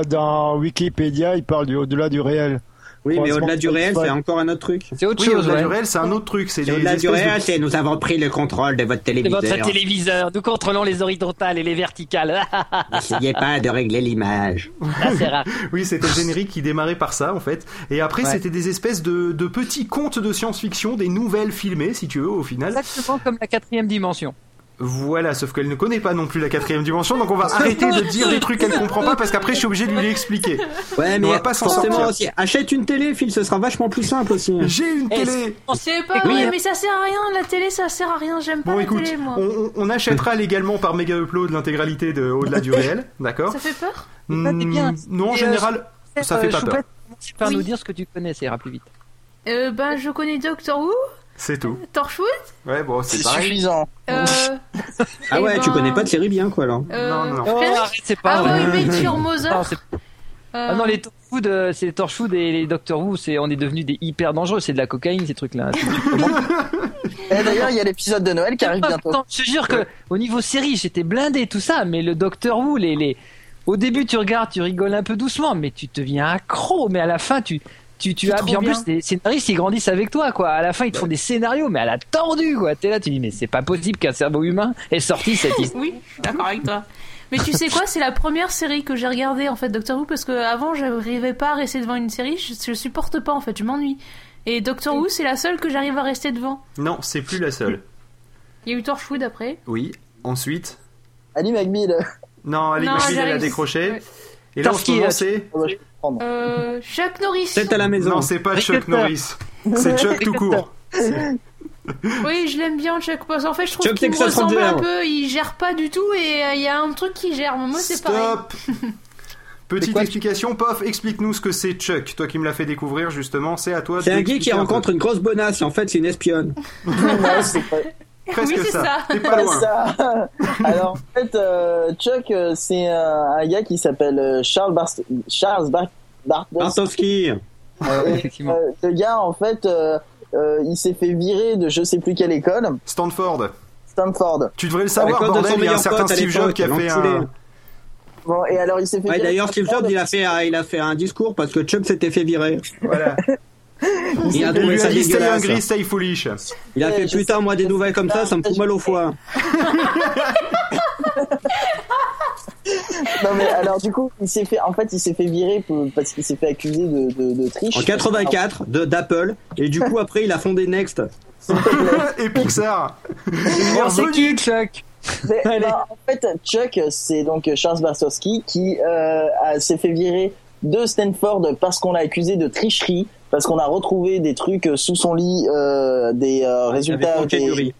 Dans Wikipédia, il parle du au-delà du réel. Oui, mais au-delà du réel, Ouais. c'est encore un autre truc. C'est autre oui, chose. au-delà ouais. du réel, c'est un autre truc, c'est Et des Au-delà espèces du de- réel, c'est nous avons pris le contrôle de votre C'est téléviseur. votre téléviseur. Nous contrôlons les horizontales et les verticales. N'essayez pas de régler l'image. Ah, c'est rare. Oui, c'était le générique qui démarrait par ça, en fait. Et après, Ouais. c'était des espèces de, de petits contes de science-fiction, des nouvelles filmées, si tu veux, au final. Exactement comme la quatrième dimension. Voilà, sauf qu'elle ne connaît pas non plus la quatrième dimension, donc on va arrêter de dire des trucs qu'elle comprend pas, parce qu'après, je suis obligé de lui l'expliquer. Ouais, On mais va pas s'en forcément sortir. aussi. Achète une télé, Phil, ce sera vachement plus simple aussi. J'ai une Eh, télé C'est pas Oui, vrai, hein. mais ça sert à rien, la télé ça sert à rien, j'aime pas Bon, la écoute, télé moi. on, on- on achètera légalement par méga upload l'intégralité de Au-delà du réel, d'accord Hmm, Ça fait peur Ça, c'est bien. Non, en Et, euh, général, ça fait pas peur. Choupette, commence par Oui. nous dire ce que tu connais, ça ira plus vite. euh, Bah je connais Doctor Who, c'est tout. Torchwood, Ouais, bon, c'est C'est pareil. suffisant. euh, Ah Eh ouais, tu ben, connais pas de série bien, quoi, alors. euh, Non, non, non. Oh, Friends, arrête, c'est pas Ah vrai. ouais, mais sur Mother. Non, c'est- Ah non, les Torchwood, euh, c'est les Torchwood et les Doctor Who, c'est on est devenus des hyper dangereux, c'est de la cocaïne ces trucs-là. Et d'ailleurs, il y a l'épisode de Noël qui arrive bientôt. Quand- je te jure que au niveau série, j'étais blindé tout ça, mais le Doctor Who, les les Au début, tu regardes, tu rigoles un peu doucement, mais tu deviens accro. Mais à la fin, tu. Tu, tu C'est as trop puis en bien. plus les scénaristes ils grandissent avec toi quoi. À la fin ils te font des scénarios mais à la tordue quoi. T'es là tu dis mais c'est pas possible qu'un cerveau humain ait sorti cette histoire. Oui, je suis d'accord avec toi. Mais tu sais quoi, c'est la première série que j'ai regardée en fait Doctor Who parce que avant j'arrivais pas à rester devant une série, je, je supporte pas en fait, je m'ennuie. Et Doctor Who, c'est la seule que j'arrive à rester devant. Non, c'est plus la seule. Il y a eu Torchwood après. Oui. Ensuite. Ali McBeal. Non, Ali McBeal, Non, Ah, elle a j'arrive. décroché. Ouais. Et là, en ce Tarski, moment, euh, c'est. Oh, bah, je vais prendre. Euh, Chuck Norris. Tête à la maison. Non, c'est pas Chuck Ricketteur. Norris. C'est Chuck tout court. Oui, je l'aime bien Chuck parce qu'en fait je trouve Chuck qu'il me Texas ressemble Ranger. un peu, il gère pas du tout et euh, il y a un truc qui gère. Moi c'est pareil. Stop Petite explication, pof, explique-nous ce que c'est Chuck. Toi qui me l'as fait découvrir, justement, c'est à toi C'est un gay d'expliquer qui peu. rencontre une grosse bonasse et en fait c'est une espionne. Non, c'est pas- Presque Oui, c'est ça. T'es pas pas loin. ça. Alors en fait, euh, Chuck, euh, c'est un, un gars qui s'appelle euh, Charles Bar Charles Bar Bartos- Bartowski. effectivement. Euh, le gars, en fait, euh, euh, il s'est fait virer de je sais plus quelle école, Stanford, Stanford. tu devrais le savoir, Avec un de bordel, son il y a un meilleur certain pote à Steve Jobs qui a l'époque, fait l'enculé. un... Bon, et alors il s'est fait Ouais, virer D'ailleurs, de Steve Jobs, Stanford. il a fait, un- il a fait un discours parce que Chubb s'était fait virer. Voilà. Il a Il trouvé lui a ça dit stay dégueulasse. hungry, stay foolish. Il a fait Je putain, moi des nouvelles comme ça, ça me fout mal au foie. Non mais alors du coup, il s'est fait, en fait, il s'est fait virer pour- parce qu'il s'est fait accuser de, de, de triche. En 84, de d'Apple. Et du coup, après, il a fondé Next. Et Pixar. Oh, c'est qui Chuck Mais, Allez. bah, en fait, Chuck, c'est donc Charles Bartowski qui euh, a- s'est fait virer de Stanford parce qu'on l'a accusé de tricherie, parce qu'on a retrouvé des trucs sous son lit, euh, des euh, Il avait résultats. manqué des- du riz.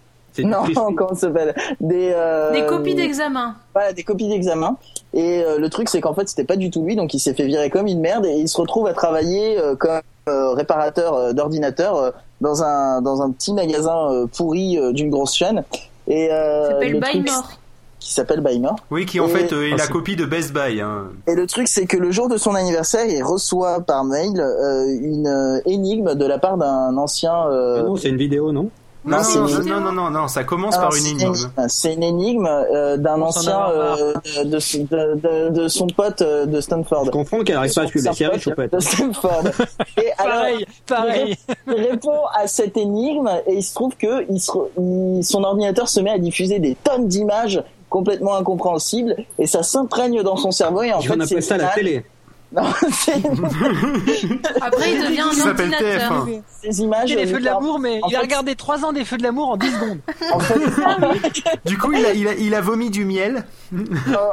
C'est Non, triste. comment ça s'appelle Des, euh, Des copies d'examen. Voilà, des copies d'examen. Et euh, le truc, c'est qu'en fait, c'était pas du tout lui, donc il s'est fait virer comme une merde et il se retrouve à travailler euh, comme euh, réparateur euh, d'ordinateur euh, dans un dans un petit magasin euh, pourri euh, d'une grosse chaîne. Et Ça euh, s'appelle le By truc, Mort. qui s'appelle Baimor. Oui, qui en fait euh, est Ah, la c'est- copie de Best Buy. hein. Et le truc, c'est que le jour de son anniversaire, il reçoit par mail euh, une euh, énigme de la part d'un ancien. Ah euh, Non, c'est une vidéo, non Ah, Non, Non, c'est non, une non, vidéo. non, non, non, non, ça commence Alors, par une c'est énigme. C'est une énigme euh, d'un On s'en ancien a marre. euh, de, de- de- de son pote euh, de Stanford. Je comprends qu'elle arrive pas à suivre les séries, choupette. de Stanford. Et alors, Pareil, pareil. il répond à cette énigme et il se trouve que il se re- il- son ordinateur se met à diffuser des tonnes d'images complètement incompréhensibles et ça s'imprègne dans son cerveau et en Je fait on c'est appelle ça la final- télé. Non, c'est- Après il devient Ça un s'appelle ordinateur. TF1. ces images J'ai les feux de par- l'amour, mais en il a fait- regardé 3 ans des feux de l'amour en 10 secondes. En fait, Du coup, il a, il, a, il a vomi du miel. euh,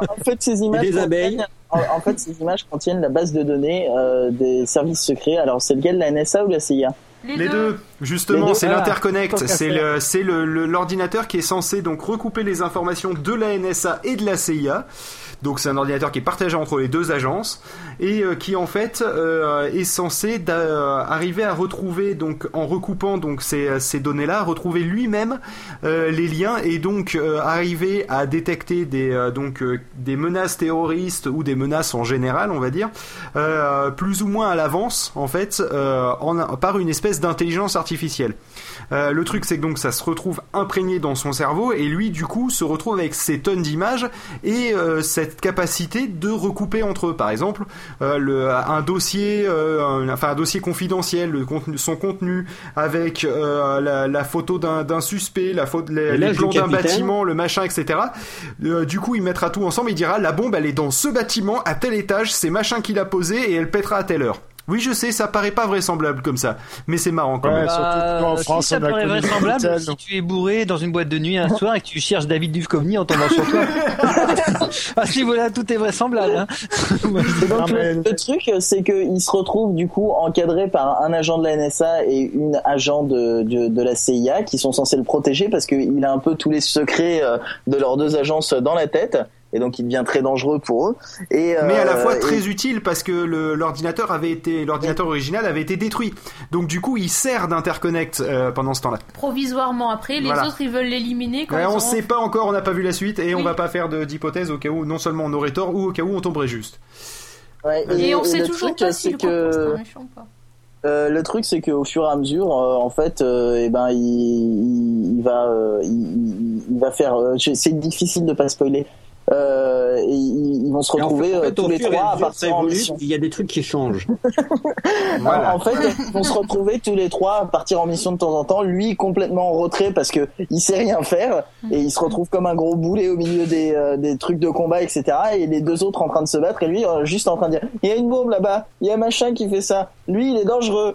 en fait, ces images des contiennent- abeilles. En, en fait, ces images contiennent la base de données euh, des services secrets. Alors, c'est lequel, la NSA ou la CIA Les deux, justement, Les deux, Ah, c'est voilà. l'interconnect. Tant qu'à C'est faire. le- c'est le- le- l'ordinateur qui est censé donc recouper les informations de la NSA et de la CIA. Donc c'est un ordinateur qui est partagé entre les deux agences et euh, qui en fait euh, est censé d'a- euh, arriver à retrouver donc en recoupant donc ces, ces données-là, retrouver lui-même euh, les liens et donc euh, arriver à détecter des euh, donc euh, des menaces terroristes ou des menaces en général, on va dire, euh, plus ou moins à l'avance en fait euh, en, par une espèce d'intelligence artificielle. Euh, le truc c'est que donc ça se retrouve imprégné dans son cerveau et lui du coup se retrouve avec ces tonnes d'images et euh, cette capacité de recouper entre eux par exemple euh, le, un dossier euh, un- enfin un dossier confidentiel le contenu, son contenu avec euh, la, la photo d'un d'un suspect la faute les, Et l'âge les plans du d'un capitaine. bâtiment le machin etc euh, du coup, il mettra tout ensemble et il dira la bombe, elle est dans ce bâtiment, à tel étage, c'est machin qu'il a posé et elle pètera à telle heure. Oui, je sais, ça paraît pas vraisemblable comme ça, mais c'est marrant quand Ouais, même. surtout que nous, en Bah, si France, ça on a paraît connu vraisemblable l'hôpital, si donc. tu es bourré dans une boîte de nuit un soir et que tu cherches David Duchovny en tombant sur toi. à ce niveau-là, tout est vraisemblable. hein. Et donc, Non, mais- le, le truc, c'est qu'il se retrouve du coup encadré par un agent de la NSA et une agent de, de, de la CIA qui sont censés le protéger parce qu'il a un peu tous les secrets euh, de leurs deux agences dans la tête. Et donc, il devient très dangereux pour eux. Et, Mais à la euh, fois et- très utile parce que le- l'ordinateur avait été, l'ordinateur original avait été détruit. Donc du coup, il sert d'interconnect euh, pendant ce temps-là. Provisoirement après, les Voilà. autres ils veulent l'éliminer quand Ouais, ils on auront- sait pas encore, on n'a pas vu la suite et on Oui. va pas faire de- d'hypothèse au cas où non seulement on aurait tort ou au cas où on tomberait juste. ouais, Et, on et sait le toujours truc, pas c'est si le que- complot c'est un méchant ou pas. Euh, le truc, c'est qu'au fur et à mesure, euh, en fait, euh, eh ben, il, il, il va, euh, il, il- il va faire. euh, je- c'est difficile de pas spoiler. Euh, euh, et ils, ils vont se Et en fait- retrouver en fait, euh, tous au les fur et à trois à mesure que ça partir en évolue, mission. Il y a des trucs qui changent. Ah, Voilà. En fait, ils vont se retrouver tous les trois à partir en mission de temps en temps. Lui complètement en retrait parce que il sait rien faire et il se retrouve comme un gros boulet au milieu des, euh, des trucs de combat, etc. Et les deux autres en train de se battre et lui euh, juste en train de dire il y a une bombe là-bas, il y a machin qui fait ça. Lui, il est dangereux.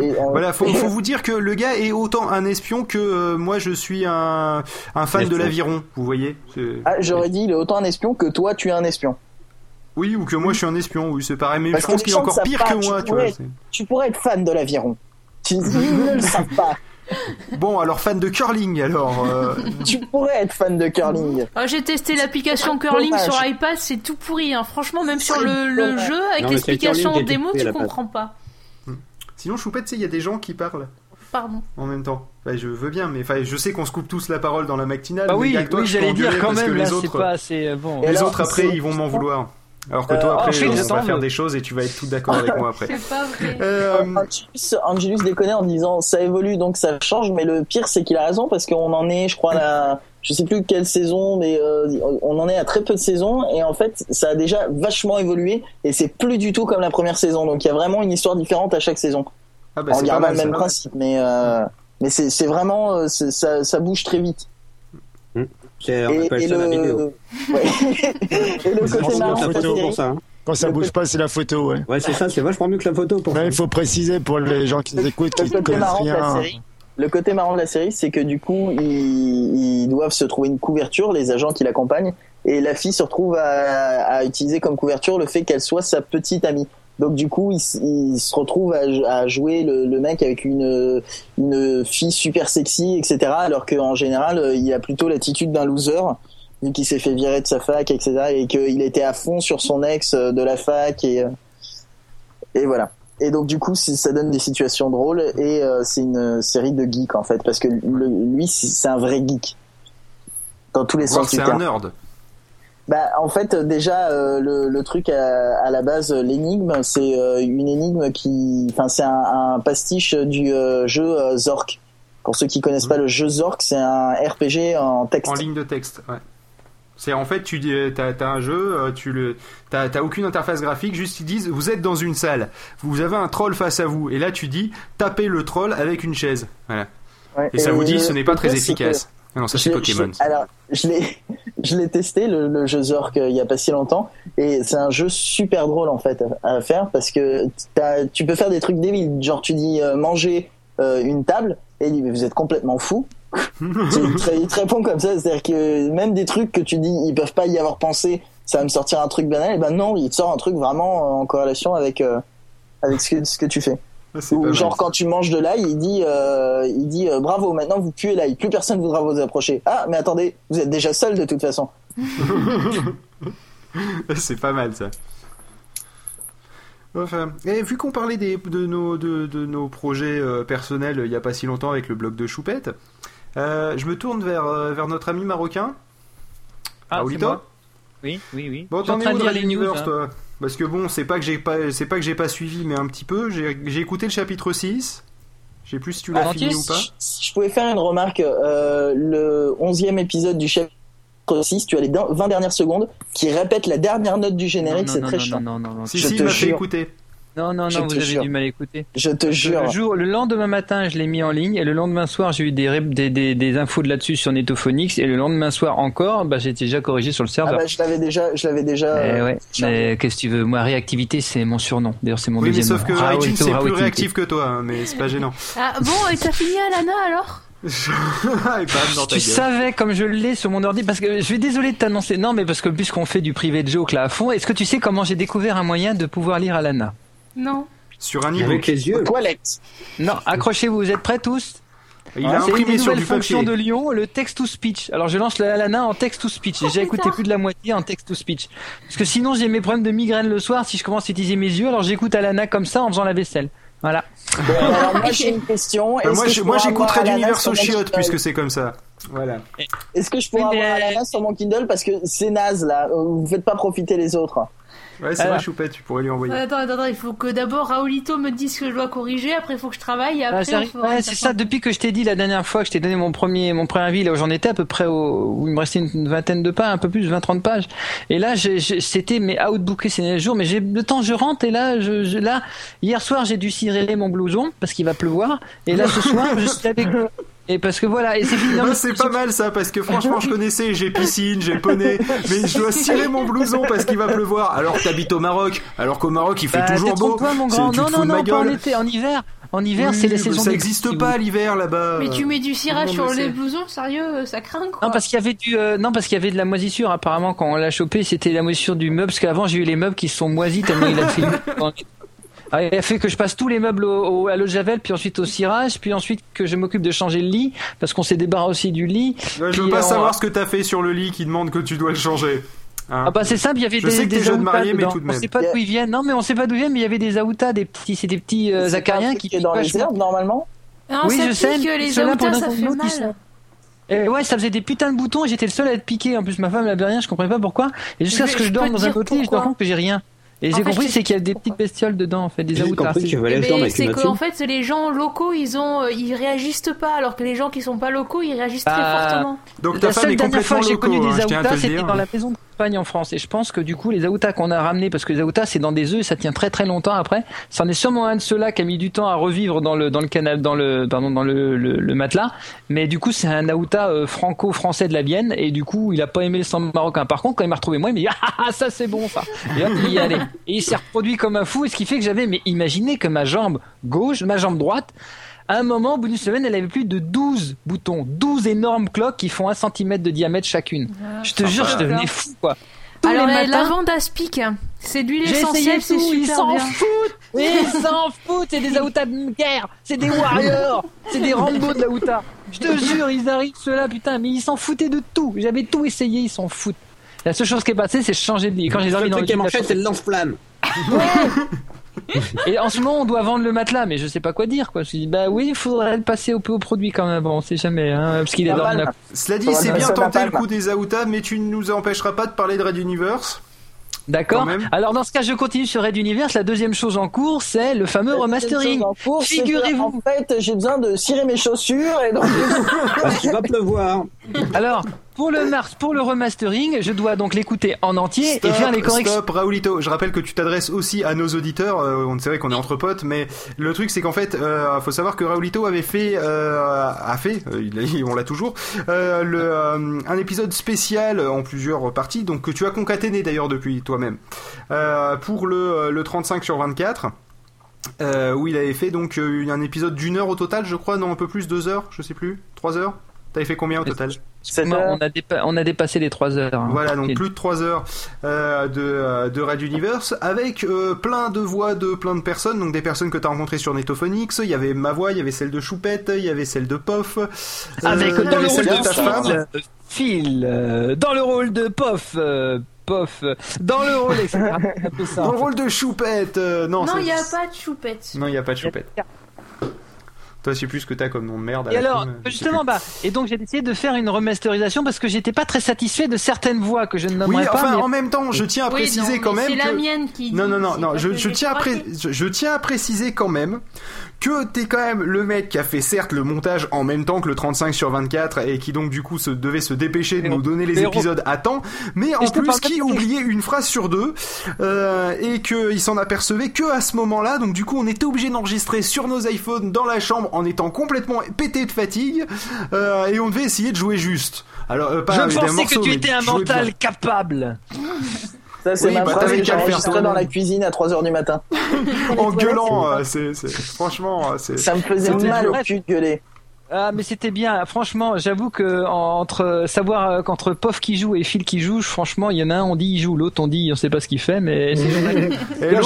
Et, euh, Voilà, faut, faut vous dire que le gars est autant un espion que euh, moi je suis un, un fan de Espion. l'aviron, vous voyez C'est- Ah, j'aurais dit il est autant un espion que toi tu es un espion. Oui, ou que moi je suis un espion, oui, c'est pareil, mais Parce je que pense les qu'il est gens encore savent pire pas, que tu moi, tu vois. pourrais- c'est- Tu pourrais être fan de l'aviron. Tu- Ils ne le savent pas. Bon, alors fan de curling, alors. euh, Tu pourrais être fan de curling. Ah, J'ai testé l'application curling Dommage. sur iPad, c'est tout pourri. hein. Franchement, même sur C'est le, le dommage. jeu, avec Non, mais c'est le curling l'explication qui a des été mots, coupé à tu la base. comprends pas. Sinon, Choupette, tu sais, il y a des gens qui parlent Pardon. en même temps. Enfin, je veux bien, mais enfin, je sais qu'on se coupe tous la parole dans la matinale. Bah mais oui, gars, toi, oui je j'allais t'engueulais dire quand parce que même, là les c'est autres, pas assez euh, bon. Et les alors, autres après, c'est- ils vont m'en vouloir. Alors que Euh, toi, oh, après, je fais on le va temps, faire mais- des choses et tu vas être tout d'accord avec moi après. C'est pas vrai. Euh, Angelus, Angelus déconne en disant ça évolue donc ça change, mais le pire c'est qu'il a raison parce qu'on en est, je crois, à la, je sais plus quelle saison, mais euh, on en est à très peu de saisons et en fait ça a déjà vachement évolué et c'est plus du tout comme la première saison. Donc il y a vraiment une histoire différente à chaque saison. ah bah, On en c'est pas gardant mal, le même ça. principe, mais euh, mais c'est c'est vraiment euh, c'est- ça, ça bouge très vite. C'est- On appelle ça la vidéo. ouais. et le Mais c'est côté vachement marrant de la mieux que la photo série- pour ça. hein. Quand ça bouge pas, c'est la photo, ouais. Ouais, c'est ça, c'est vachement mieux que la photo pour ça. Ouais, il faut préciser pour les gens qui nous écoutent, le qui ne côté connaissent marrant de la rien. série. Le côté marrant de la série, c'est que du coup, ils, ils doivent se trouver une couverture, les agents qui l'accompagnent, et la fille se retrouve à, à utiliser comme couverture le fait qu'elle soit sa petite amie. Donc du coup, ils, s- ils se retrouvent à, à jouer le, le mec avec une, une fille super sexy, etc. Alors qu'en général, euh, il a plutôt l'attitude d'un loser, vu qu'il s'est fait virer de sa fac, etc. Et qu'il était à fond sur son ex euh, de la fac, et, euh, et voilà. Et donc du coup, c'est- ça donne des situations drôles et euh, c'est une série de geeks en fait, parce que le- lui, c'est c'est un vrai geek dans tous les Voir, sens du C'est un terme. nerd. Bah, en fait, euh, déjà euh, le, le truc à, à la base, euh, l'énigme, c'est euh, une énigme qui, enfin, c'est un, un pastiche du euh, jeu euh, Zork. Pour ceux qui connaissent pas le jeu Zork, c'est un RPG en texte. Mmh. En ligne de texte, ouais. C'est en fait, tu as, un jeu, euh, tu le, t'as t'as aucune interface graphique, juste ils disent vous êtes dans une salle, vous avez un troll face à vous, et là tu dis tapez le troll avec une chaise, voilà. Ouais, Euh, Et ça vous dit ce n'est pas le très truc, c'est que- efficace. Ah non, ça c'est Je- Pokémon. je- alors, je l'ai, je l'ai testé le, le jeu Zork euh, il y a pas si longtemps et c'est un jeu super drôle en fait à, à faire parce que t'as- tu peux faire des trucs débiles, genre tu dis euh, manger euh, une table et il dit mais vous êtes complètement fou. il, te, il te répond comme ça, c'est-à-dire que même des trucs que tu dis ils peuvent pas y avoir pensé, ça va me sortir un truc banal, et ben non, il te sort un truc vraiment euh, en corrélation avec euh, avec ce que, ce que tu fais. Ah, c'est pas Ou mal. genre quand tu manges de l'ail, il dit, euh, il dit euh, bravo, maintenant vous puez l'ail, plus personne voudra vous approcher. Ah, mais attendez, vous êtes déjà seul de toute façon. C'est pas mal ça. Enfin, et vu qu'on parlait des, de, nos, de, de nos projets euh, personnels euh, il n'y a pas si longtemps avec le blog de Choupette, euh, je me tourne vers, euh, vers notre ami marocain, Ah, c'est Aoulita. moi. Oui, oui, oui. Bon, Je suis en t'en es train où de de lire Red les news. Universe, hein. toi Parce que bon, c'est pas que j'ai pas, c'est pas que j'ai pas suivi, mais un petit peu. J'ai j'ai écouté le chapitre 6. Je sais plus si tu l'as Ah, fini tu- ou pas. Si- Si je pouvais faire une remarque, euh, le 11e épisode du chapitre 6, tu as les 20 dernières secondes qui répètent la dernière note du Non, générique, non, c'est non, très non, chiant. Non, non, non, non. Si, Je si, te il m'a fait jure. écouter. Non, non, Je non, te vous avez jure. du mal à écouter. Je te jure. Le, jour, le lendemain matin, je l'ai mis en ligne et le lendemain soir, j'ai eu des, rép- des, des, des infos de là-dessus sur Netophonix et le lendemain soir encore, bah, j'étais déjà corrigé sur le Ah serveur. bah je l'avais déjà, je l'avais déjà. Eh euh, ouais, chargé. mais qu'est-ce que tu veux Moi, réactivité, c'est mon surnom. D'ailleurs, c'est mon Oui, mais deuxième. sauf que nom. iTunes Raoulito, c'est plus Raoulito. réactif que toi, hein, mais c'est pas gênant. Ah bon, et t'as fini Alana alors Ah, et bam, dans ta Tu gueule. savais comme je l'ai sur mon ordi parce que je suis désolé de t'annoncer. Non, mais parce que puisqu'on fait du privé de joke là à fond, est-ce que tu sais comment j'ai découvert un moyen de pouvoir lire Alana Non. Sur un niveau. Avec les yeux. euh, Toilette. Non, accrochez-vous, vous êtes prêts tous Il a Ah, C'est une imprimé des sur nouvelles du fonctions papier. de Lyon, le text to speech. Alors je lance la Alana en text to speech. J'ai écouté putain. plus de la moitié en text to speech. Parce que sinon j'ai mes problèmes de migraine le soir si je commence à utiliser mes yeux. Alors j'écoute Alana comme ça en faisant la vaisselle. Voilà. Bon, alors, moi j'ai une question. Bah, Est-ce moi, que je- je Euh, moi pourrais avoir j'écouterais Alana d'Universo sur mon Chiotte Spotify puisque c'est comme ça. Voilà. Est-ce que je pourrais Oui, mais- avoir Ananas sur mon Kindle parce que c'est naze là, euh, vous faites pas profiter les autres. Ouais, c'est Alors. vrai, Choupette, tu pourrais lui envoyer. Attends, attends, attends, il faut que d'abord Raoulito me dise ce que je dois corriger, après il faut que je travaille, et Ah, après ça on arrive. fera Ouais, c'est ça. Depuis que je t'ai dit la dernière fois que je t'ai donné mon premier, mon premier avis, là où j'en étais à peu près au, où il me restait une, une vingtaine de pages, un peu plus, 20-30 pages. Et là, j'ai- j'ai- c'était mes outbookés ces derniers jours, mais j'ai le temps, je rentre et là, je, je- là, hier soir, j'ai dû cirer mon blouson parce qu'il va pleuvoir. Et là, ce soir, je suis avec et parce que voilà, et c'est fini. Ouais, c'est pas mal ça, parce que franchement, je connaissais, j'ai piscine, j'ai poney, mais je dois cirer mon blouson parce qu'il va pleuvoir. Alors que t'habites au Maroc, alors qu'au Maroc il fait Bah, toujours t'es beau. trompe-toi, mon C'est- grand. tu te Non, fous non, de ma non, pas en gueule. été. En hiver, en hiver, c'est les Oui, saisons. Ça des- existe pas l'hiver là-bas. Mais tu mets du cirage Tout le sur monde le les sait. blousons, sérieux, euh, ça craint quoi. Non parce qu'il y avait du euh, non parce qu'il y avait de la moisissure apparemment quand on l'a chopé c'était la moisissure du meuble parce qu'avant j'ai eu les meubles qui se sont moisis tellement il a fait Ah, il a fait que je passe tous les meubles au, au- à l'eau de javel puis ensuite au cirage puis ensuite que je m'occupe de changer le lit parce qu'on s'est débarrassé aussi du lit Ouais, je veux Puis, pas euh, savoir ce que t'as fait sur le lit qui demande que tu dois le changer. Hein. ah bah c'est simple il y avait Je des, sais que t'es des jeune aoutas marié, mais dedans. tout de on même. sait pas d'où ils viennent non mais on sait pas d'où ils viennent mais il y avait des aoutas des petits c'est des petits euh, C'est pas un acariens truc qui est dans piquent les vachement. herbes normalement. Ah, oui, ça je sais, pique, mais les ceux-là, auteurs, pendant ça qu'on fait nous, qui mal. sont- Et ouais, ça faisait des putains de boutons et j'étais le seul à être piqué. En plus, ma femme la bien rien, je comprenais pas pourquoi. Et jusqu'à Mais ce que je je dorme peux dans te un dire autre lit, je me pourquoi. rends compte que j'ai rien. Et En j'ai fait, compris, je c'est qu'il y a des pourquoi. petites bestioles dedans, en fait, des J'ai aoutards. compris que Valère Mais dorme avec Eh ben, c'est une qu'en autre fait, les gens locaux, ils ont, euh, ils réagissent pas, alors que les gens qui sont pas locaux, ils réagissent Ah. Bah, très fortement. Donc ta La femme seule est dernière fois complètement que j'ai loco, connu hein, des je tiens à te aoutas, le c'était dans dire. la maison de campagne en France. Et je pense que du coup, les aoutas qu'on a ramenés, parce que les aoutas, c'est dans des œufs et ça tient très très longtemps après. C'en est sûrement un de ceux-là qui a mis du temps à revivre dans le dans le canal, dans le pardon, dans le, le, le matelas. Mais du coup, c'est un aouta euh, franco-français de la Bienne. Et du coup, il a pas aimé le sang marocain. Par contre, quand il m'a retrouvé moi, il m'a dit ah, ah, ah, ça c'est bon ça. Et hop, il y est allé. Et il s'est reproduit comme un fou. Et ce qui fait que j'avais, mais imaginez que ma jambe gauche, ma jambe droite à un moment, au bout d'une semaine, elle avait plus de 12 boutons, 12 énormes cloques qui font 1 cm de diamètre chacune. Je te jure, je devenais fou, quoi. Tous alors, les euh, matins, l'avant d'Aspic, c'est de l'huile j'ai essentielle, essayé tout, c'est ils super s'en bien. foutent Ils s'en foutent C'est des Aoutas de guerre C'est des Warriors C'est des Rambo de la Outa Je te jure, ils arrivent ceux-là, putain, mais ils s'en foutaient de tout J'avais tout essayé, ils s'en foutent la seule chose qui est passée, c'est changer de lit. Quand j'ai Le dormi seul dans truc qui est lit, manchette, c'est le lance-flamme. Et en ce moment, on doit vendre le matelas, mais je sais pas quoi dire, quoi. Je me suis dit, bah oui, il faudrait le passer au peu au produit quand même. Bon, on sait jamais, hein, parce qu'il est Pas dans mal. la Cela dit, Ça va c'est pas, bien ça va tenté pas, le ça. coup des aoutas, mais tu ne nous empêcheras pas de parler de Red Universe. Quand D'accord. même. Alors dans ce cas, je continue sur Red Universe. La deuxième chose en cours, c'est le fameux remastering. En cours, c'est que, Figurez-vous. En fait, j'ai besoin de cirer mes chaussures et donc. Parce qu'il va pleuvoir. Alors pour le mars, pour le remastering, je dois donc l'écouter en entier et faire les corrections. Stop, Raoulito. Je rappelle que tu t'adresses aussi à nos auditeurs. Euh, on c'est vrai qu'on est entre potes, mais le truc c'est qu'en fait, euh, faut savoir que Raoulito avait fait, euh, a fait, euh, il l'a- on l'a toujours, euh, le, euh, un épisode spécial en plusieurs parties, donc que tu as concaténé d'ailleurs depuis toi-même euh, pour le euh, le 35 sur 24. euh, où il avait fait donc euh, une- un épisode d'une heure au total, je crois, non un peu plus, deux heures, je sais plus, trois heures. T'avais fait combien au total Sept Moi, heures. on, a dépa- on a dépassé les trois heures. hein. Voilà, donc Et- plus de 3 heures euh, de, euh, de Red Universe avec euh, plein de voix de plein de personnes, donc des personnes que tu as rencontrées sur Netophonix. Il y avait ma voix, il y avait celle de Choupette, il y avait celle de Pof, euh, Avec il y Ah, dans avait le celle rôle de de ta femme. Phil, euh, Phil, euh, dans le rôle de Pof, euh, Pof, euh, dans le rôle, etc. Un peu ça, Dans en le fait. rôle de Choupette euh, Non, Non, c'est- il n'y a pas de choupette. Non, il n'y a pas de Choupette. Toi, je sais plus ce que t'as comme nom de merde. à Et la alors, con, euh, je sais justement, bah, et donc j'ai essayé de faire une remasterisation parce que j'étais pas très satisfait de certaines voix que je ne plus. nommerai Oui, pas. enfin, mais- en même temps, je tiens à Oui, préciser non, quand mais même. C'est la que... mienne qui. Non, dit, non, non, c'est non. pas Je, que je j'ai tiens à pré- craqué. je, je tiens à préciser quand même que t'es quand même le mec qui a fait certes le montage en même temps que le 35 sur 24 et qui donc du coup se devait se dépêcher de Héros. nous donner les Héros. épisodes à temps, mais en je te plus parle qui pas de- oubliait une phrase sur deux euh, et qu'il s'en apercevait que à ce moment-là. Donc du coup, on était obligé d'enregistrer sur nos iPhones dans la chambre en étant complètement pété de fatigue euh, et on devait essayer de jouer juste. Alors euh, pas je avec des pensais morceaux, que tu mais étais un jouer bien. mental capable. Ça, c'est Oui, ma bah, phrase t'avais qu'à le que j'ai faire enregistrée toi-même. dans la cuisine à 3 heures du matin. en gueulant. euh, c'est c'est- franchement, euh, c'est Ça me faisait C'était mal au bref. cul de gueuler. Ah, mais c'était bien. Franchement, j'avoue que en- entre euh, savoir euh, qu'entre Pof qui joue et Phil qui joue, franchement, il y en a un on dit il joue, l'autre on dit on sait pas ce qu'il fait, mais c'est Et l'autre,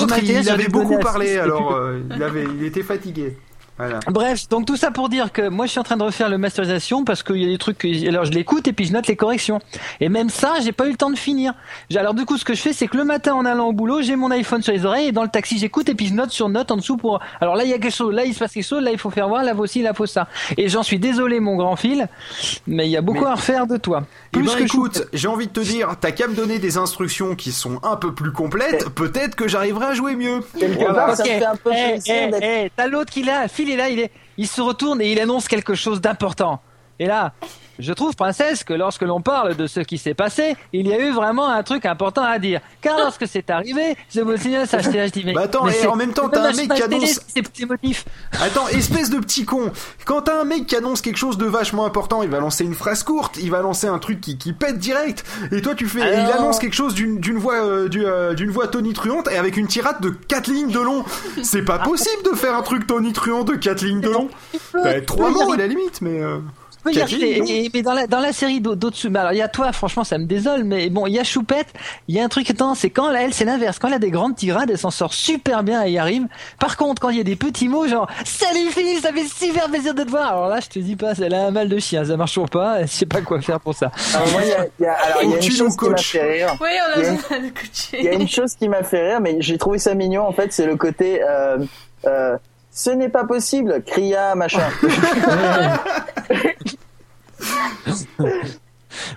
il, m'intéresse, il je avait lui beaucoup donnais à parlé, six, alors et euh, il, avait, il était fatigué. Voilà. Bref, donc tout ça pour dire que moi je suis en train de refaire le masterisation parce qu'il y a des trucs que alors je l'écoute et puis je note les corrections. Et même ça, j'ai pas eu le temps de finir. J'ai- Alors du coup, ce que je fais, c'est que le matin en allant au boulot, j'ai mon iPhone sur les oreilles et dans le taxi, j'écoute et puis je note sur note en dessous pour. Alors là, il y a quelque chose, là il se passe quelque chose, là il faut faire voir, là voici, là faut ça. Et j'en suis désolé, mon grand fil, mais il y a beaucoup Mais- à refaire de toi. Eh ben, que je- écoute, j'ai envie de te dire, t'as qu'à me donner des instructions qui sont un peu plus complètes, peut-être que j'arriverai à jouer mieux. Quelque Voilà. part, ça Ok. me fait un peu Eh, plaisir eh, d'être. eh, t'as l'autre qui l'a, Phil est là, il, est, il se retourne et il annonce quelque chose d'important. Et là, je trouve, princesse, que lorsque l'on parle de ce qui s'est passé, il y a eu vraiment un truc important à dire. Car lorsque c'est arrivé, je me signale ça, je dis, mais, Bah attends, mais et c'est- en même temps, c'est t'as même un mec la qui chaîne télé, annonce- C'est petit motif. Attends, espèce de petit con. Quand t'as un mec qui annonce quelque chose de vachement important, il va lancer une phrase courte, il va lancer un truc qui, qui pète direct. Et toi, tu fais, et il Alors- annonce quelque chose d'une d'une voix euh, du, euh, d'une voix tonitruante et avec une tirade de 4 lignes de long. C'est pas possible de faire un truc tonitruant de 4 lignes de long. Bah, trois tu peux y mots à arriver. la limite, mais. euh, Je peux y Cathy, arriver. non Et- et- mais dans la, dans la série d'au- d'autres sous- mais alors il y a toi, franchement, ça me désole, mais bon, il y a Choupette, il y a un truc étonnant, c'est quand elle, c'est l'inverse. Quand elle a des grandes tirades, elle s'en sort super bien et y arrive. Par contre, quand il y a des petits mots, genre, salut Phil, ça fait super plaisir de te voir. Alors là, je te dis pas, elle a un mal de chien, ça marche toujours pas, je sais pas quoi faire pour ça. Alors, moi, il y a- il y a- alors, il y a Ou tu une nous chose qui m'a coaches. fait rire. Oui, on a Il y a une- besoin de Il y a coacher. une chose qui m'a fait rire, mais j'ai trouvé ça mignon en fait, c'est le côté euh, euh, ce n'est pas possible, cria, machin.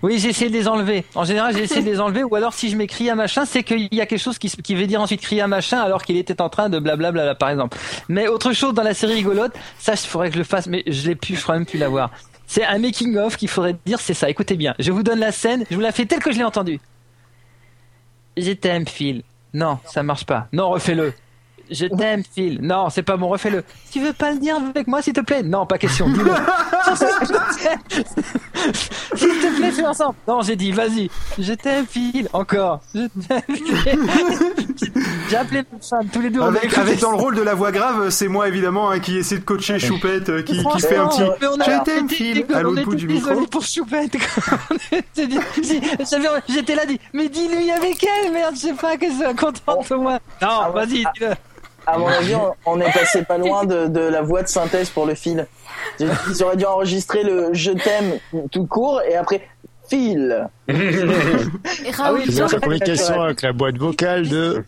Oui, j'ai essayé de les enlever. En général, j'ai essayé de les enlever, ou alors si je m'écris à machin, c'est qu'il y a quelque chose qui, se- qui veut dire ensuite crier à machin alors qu'il était en train de blablabla, par exemple. Mais autre chose dans la série rigolote, ça, il faudrait que je le fasse, mais je l'ai plus, je crois même plus l'avoir. C'est un making-of qu'il faudrait dire, c'est ça. Écoutez bien, je vous donne la scène, je vous la fais telle que je l'ai entendue. Je t'aime, Phil. Non, ça marche pas. Non, refais-le. Je t'aime, Phil. Non, c'est pas bon, refais-le. Tu veux pas le dire avec moi, s'il te plaît Non, pas question, dis-le. S'il te plaît, fais ensemble. Non, j'ai dit, vas-y. Je t'aime, Phil. Encore. Je t'aime, Phil. J'ai appelé ma femme. Tous les deux, on a Avec, écouté avec ça. dans le rôle de la voix grave, c'est moi évidemment hein, qui essaie de coacher Choupette, euh, qui, qui fait un petit. Mais on a- Je t'aime, était- Phil. était- À on l'autre était bout du désolés micro. pour Choupette. On était dit- si, j'avais- J'étais là, dit, mais dis-lui avec elle, merde, je sais pas, qu'elle soit contente au moins. Ah Non, ouais. vas-y, dis-le. À mon avis, on, on est passé pas loin de, de la voix de synthèse pour le fil. Ils auraient dû enregistrer le je t'aime tout court et après fil. Et Ah oui, Raoul, J'ai c'est la vrai. communication avec la boîte vocale de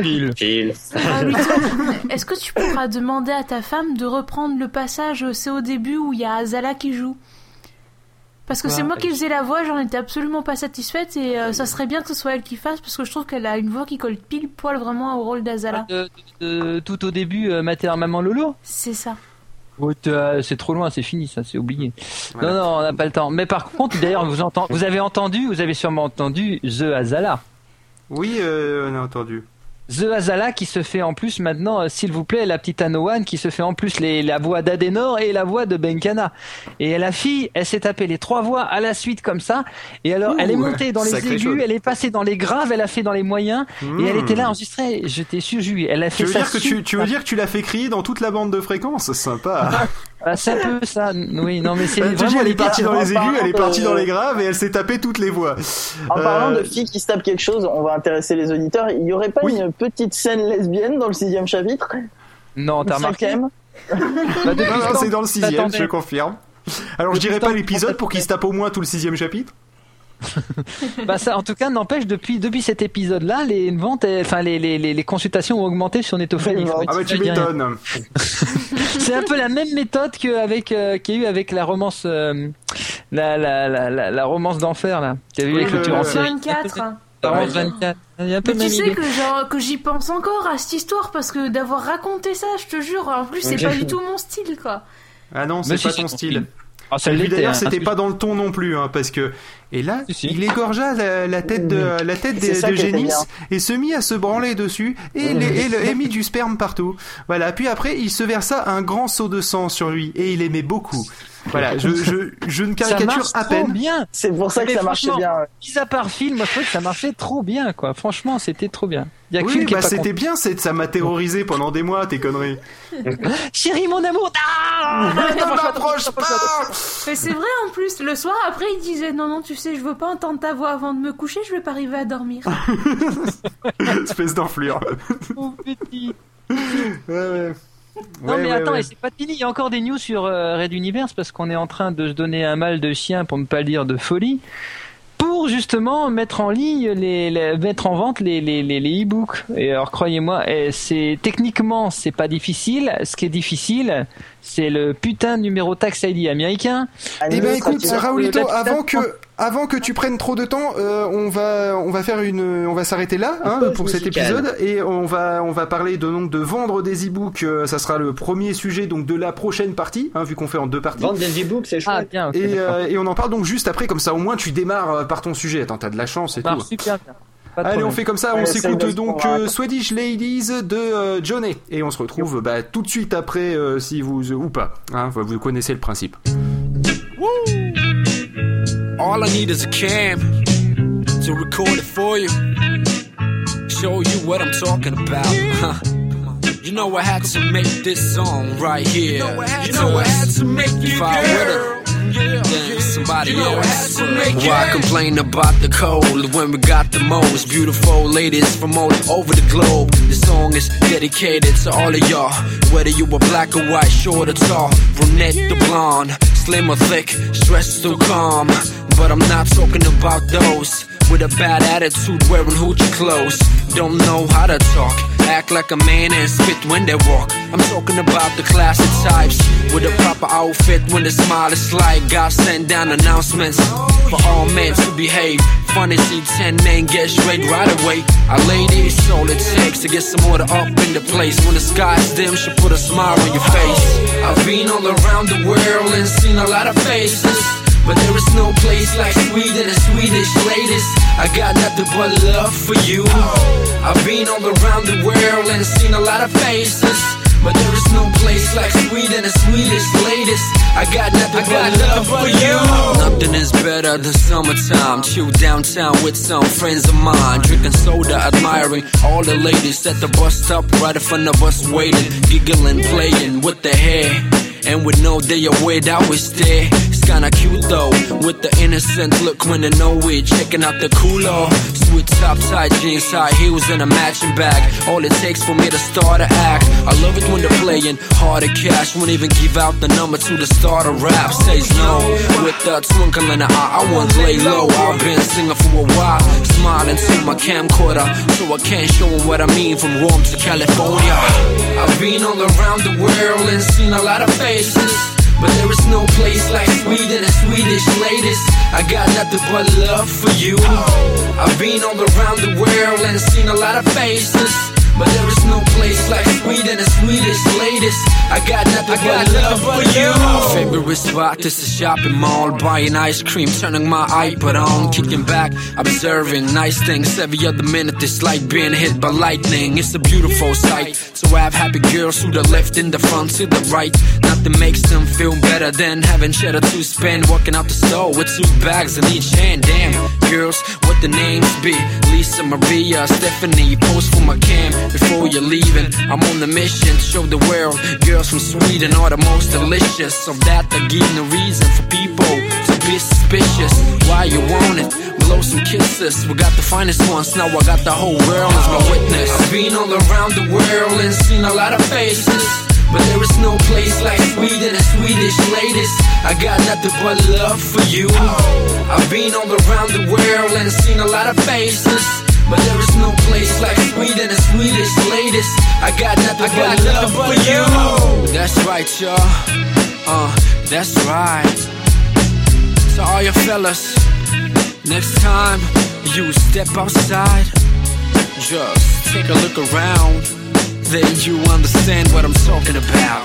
Phil. Phil. Raoul, toi, Ah est-ce que tu pourras demander à ta femme de reprendre le passage, euh, c'est au début où il y a Azala qui joue Parce que c'est Ouais. moi qui faisais la voix, j'en étais absolument pas satisfaite et euh, ça serait bien que ce soit elle qui fasse parce que je trouve qu'elle a une voix qui colle pile poil vraiment au rôle d'Azala. De- de- de- tout au début, euh, mater à maman Lolo. C'est ça. Ouais, t'as- c'est trop loin, c'est fini, ça, c'est oublié. Non, non, on n'a pas le temps. Mais par contre, d'ailleurs, vous, entend, vous avez entendu, vous avez sûrement entendu The Azala. Oui, euh, on a entendu. The Azala qui se fait en plus maintenant, euh, s'il vous plaît, la petite Anowan qui se fait en plus les, la voix d'Adenor et la voix de Benkana. Et la fille, elle s'est tapée les trois voix à la suite comme ça. Et alors, elle est Ouh, montée dans les sacrée aigus, chose. elle est passée dans les graves, elle a fait dans les moyens. Et elle Hmm. était là enregistrée. Je t'ai su, Julie. Elle a Tu fait veux, ça dire que tu, super tu veux dire que tu l'as fait crier dans toute la bande de fréquences Sympa. Ah, c'est un peu ça. Oui, non, mais c'est Euh, tu dis, vraiment elle est partie dans les aigus, elle est Apparemment, partie dans euh, les graves et elle s'est tapée toutes les voix. En Euh, parlant de filles qui se tapent quelque chose, on va intéresser les auditeurs. Il y aurait pas Oui. une petite scène lesbienne dans le sixième chapitre Non, le t'as remarqué. hein. cinquième Bah, depuis Non, non, quand c'est dans le sixième, Attendez. je confirme. Alors je Depuis dirais le temps pas qu'on l'épisode s'attendait. pour qu'il se tape au moins tout le sixième chapitre. Bah ça, en tout cas, n'empêche, depuis, depuis cet épisode-là, les ventes, elles- enfin les, les, les, les consultations ont augmenté sur Netophanie. Les ventes. Ah bah tu m'étonnes. C'est un peu la même méthode qu'avec, euh, qu'il y a eu avec la romance, euh, la, la, la, la, la romance d'enfer là. T'as vu Oui, les cultures le- en le- série. 24. hein. La romance 24. Il y a un peu Mais la tu même sais idée. que, genre, que j'y pense encore à cette histoire parce que d'avoir raconté ça, je te jure, en plus c'est Ok. pas du tout mon style quoi. Ah non, c'est Mais si, pas si, ton si. style. Ah, ça Et puis l'était, hein. d'ailleurs, c'était pas dans le ton non plus, hein, parce que. Et là, Si, si. il égorgea la, la tête de la tête C'est des- ça de qui était Génis bien. et se mit à se branler dessus et, les- et le- et mit du sperme partout. Voilà. Puis après, il se versa un grand seau de sang sur lui et il aimait beaucoup. Voilà. Je, je, je ne Ça caricature marche à trop peine. bien. C'est pour ça que Mais ça marchait franchement, Eh bien. ouais. Mis à part film, moi je trouvais que ça marchait trop bien, quoi. Franchement, c'était trop bien. Il y a que Oui, Phil qui est bah pas c'était bien, c'est- ça m'a terrorisé pendant des mois, tes conneries. content. Chérie, mon amour. Ah Ne m'approche pas Mais c'est vrai en plus, le soir après il disait non non tu sais je veux pas entendre ta voix avant de me coucher, je vais pas arriver à dormir. Espèce d'enflure. Mon petit. Ouais, ouais. Non Ouais, mais ouais, attends, ouais. et c'est pas fini, il y a encore des news sur euh, Red Universe parce qu'on est en train de se donner un mal de chien pour ne pas dire de folie pour justement mettre en ligne les, les- mettre en vente les les les, les e-books. Et alors croyez-moi, eh, c'est techniquement c'est pas difficile, ce qui est difficile, c'est le putain de numéro tax ID américain. Eh ben écoute, Administrativement, la Raoulito, petite avant attente. que, avant que tu prennes trop de temps, euh, on va, on va faire une, on va s'arrêter là hein, pour cet épisode et on va, on va parler de donc de vendre des e-books. euh, ça sera le premier sujet donc de la prochaine partie, hein, vu qu'on fait en deux parties. Vendre des e-books, c'est Ah chouette. bien, ok, Et, d'accord. euh, et on en parle donc juste après, comme ça au moins tu démarres euh, par ton sujet. Attends, t'as de la chance et Ça tout. marche super bien. Pas de Allez, on problème. fait comme ça, Ouais, on essaye s'écoute de se donc convaincre. euh, Swedish Ladies de euh, Johnny et on se retrouve bah, tout de suite après euh, si vous ou pas. hein, vous connaissez le principe. All I need is a cam to record it for you. Show you what I'm talking about. huh. You know I had to make this song right here. You know I had to make if I would've than somebody else. Why complain about the cold when we got the most beautiful ladies from all over the globe? This song is dedicated to all of y'all. Whether you were black or white, short or tall, brunette to blonde, slim or thick, stressed or calm. But I'm not talking about those with a bad attitude wearing hoochie clothes. Don't know how to talk, act like a man and spit when they walk. I'm talking about the classic types with a proper outfit when the smile is like God sent down announcements for all men to behave. Funny see 10 men get straight right away. Our lady is all it takes to get some order up in the place. When the sky's dim, she put a smile on your face. I've been all around the world and seen a lot of faces. But there is no place like Sweden and Swedish ladies. I got nothing but love for you. I've been all around the world and seen a lot of faces. But there is no place like Sweden and Swedish ladies. I got nothing but love for you. Nothing is better than summertime. Chill downtown with some friends of mine. Drinking soda, admiring all the ladies at the bus stop right in front of us, waiting, giggling, playing with their hair. And with no day away, that was there. It's kinda cute though, with the innocent look when they know it. Checking out the culo. Sweet top tight jeans, high heels, and a matching bag. All it takes for me to start to act. I love it when they're playing hard to cash. Won't even give out the number to the starter rap. Says no, with a twinkle in the eye. I won't lay low. I've been singing for a while. Smiling to my camcorder, so I can show 'em what I mean from Rome to California. I've been all around the world and seen a lot of faces. But there is no place like Sweden and Swedish ladies. I got nothing but love for you. I've been all around the world and seen a lot of faces. But there is no place like Sweden and Swedish ladies. I got nothing but love for you. My favorite spot is the shopping mall. Buying ice cream, turning my iPod on. Kicking back, observing nice things. Every other minute, it's like being hit by lightning. It's a beautiful sight. So I have happy girls who the left in the front to the right. Nothing makes them feel better than having cheddar to spend. Walking out the store with two bags in each hand. Damn, girls, what the names be? Lisa, Maria, Stephanie. Post for my cam before you're leaving. I'm on the mission to show the world. Girls from Sweden are the most delicious. Of that, they give no reason for people to be suspicious. Why you want it? Blow some kisses. We got the finest ones. Now I got the whole world as my witness. I've been all around the world and seen a lot of faces. But there is no place like Sweden and Swedish ladies. I got nothing but love for you. I've been all around the world and seen a lot of faces. But there is no place like Sweden and Swedish ladies. I got nothing but love for you. That's right, y'all. Uh, that's right. To all your fellas, next time you step outside, just take a look around. Then you understand what I'm talking about.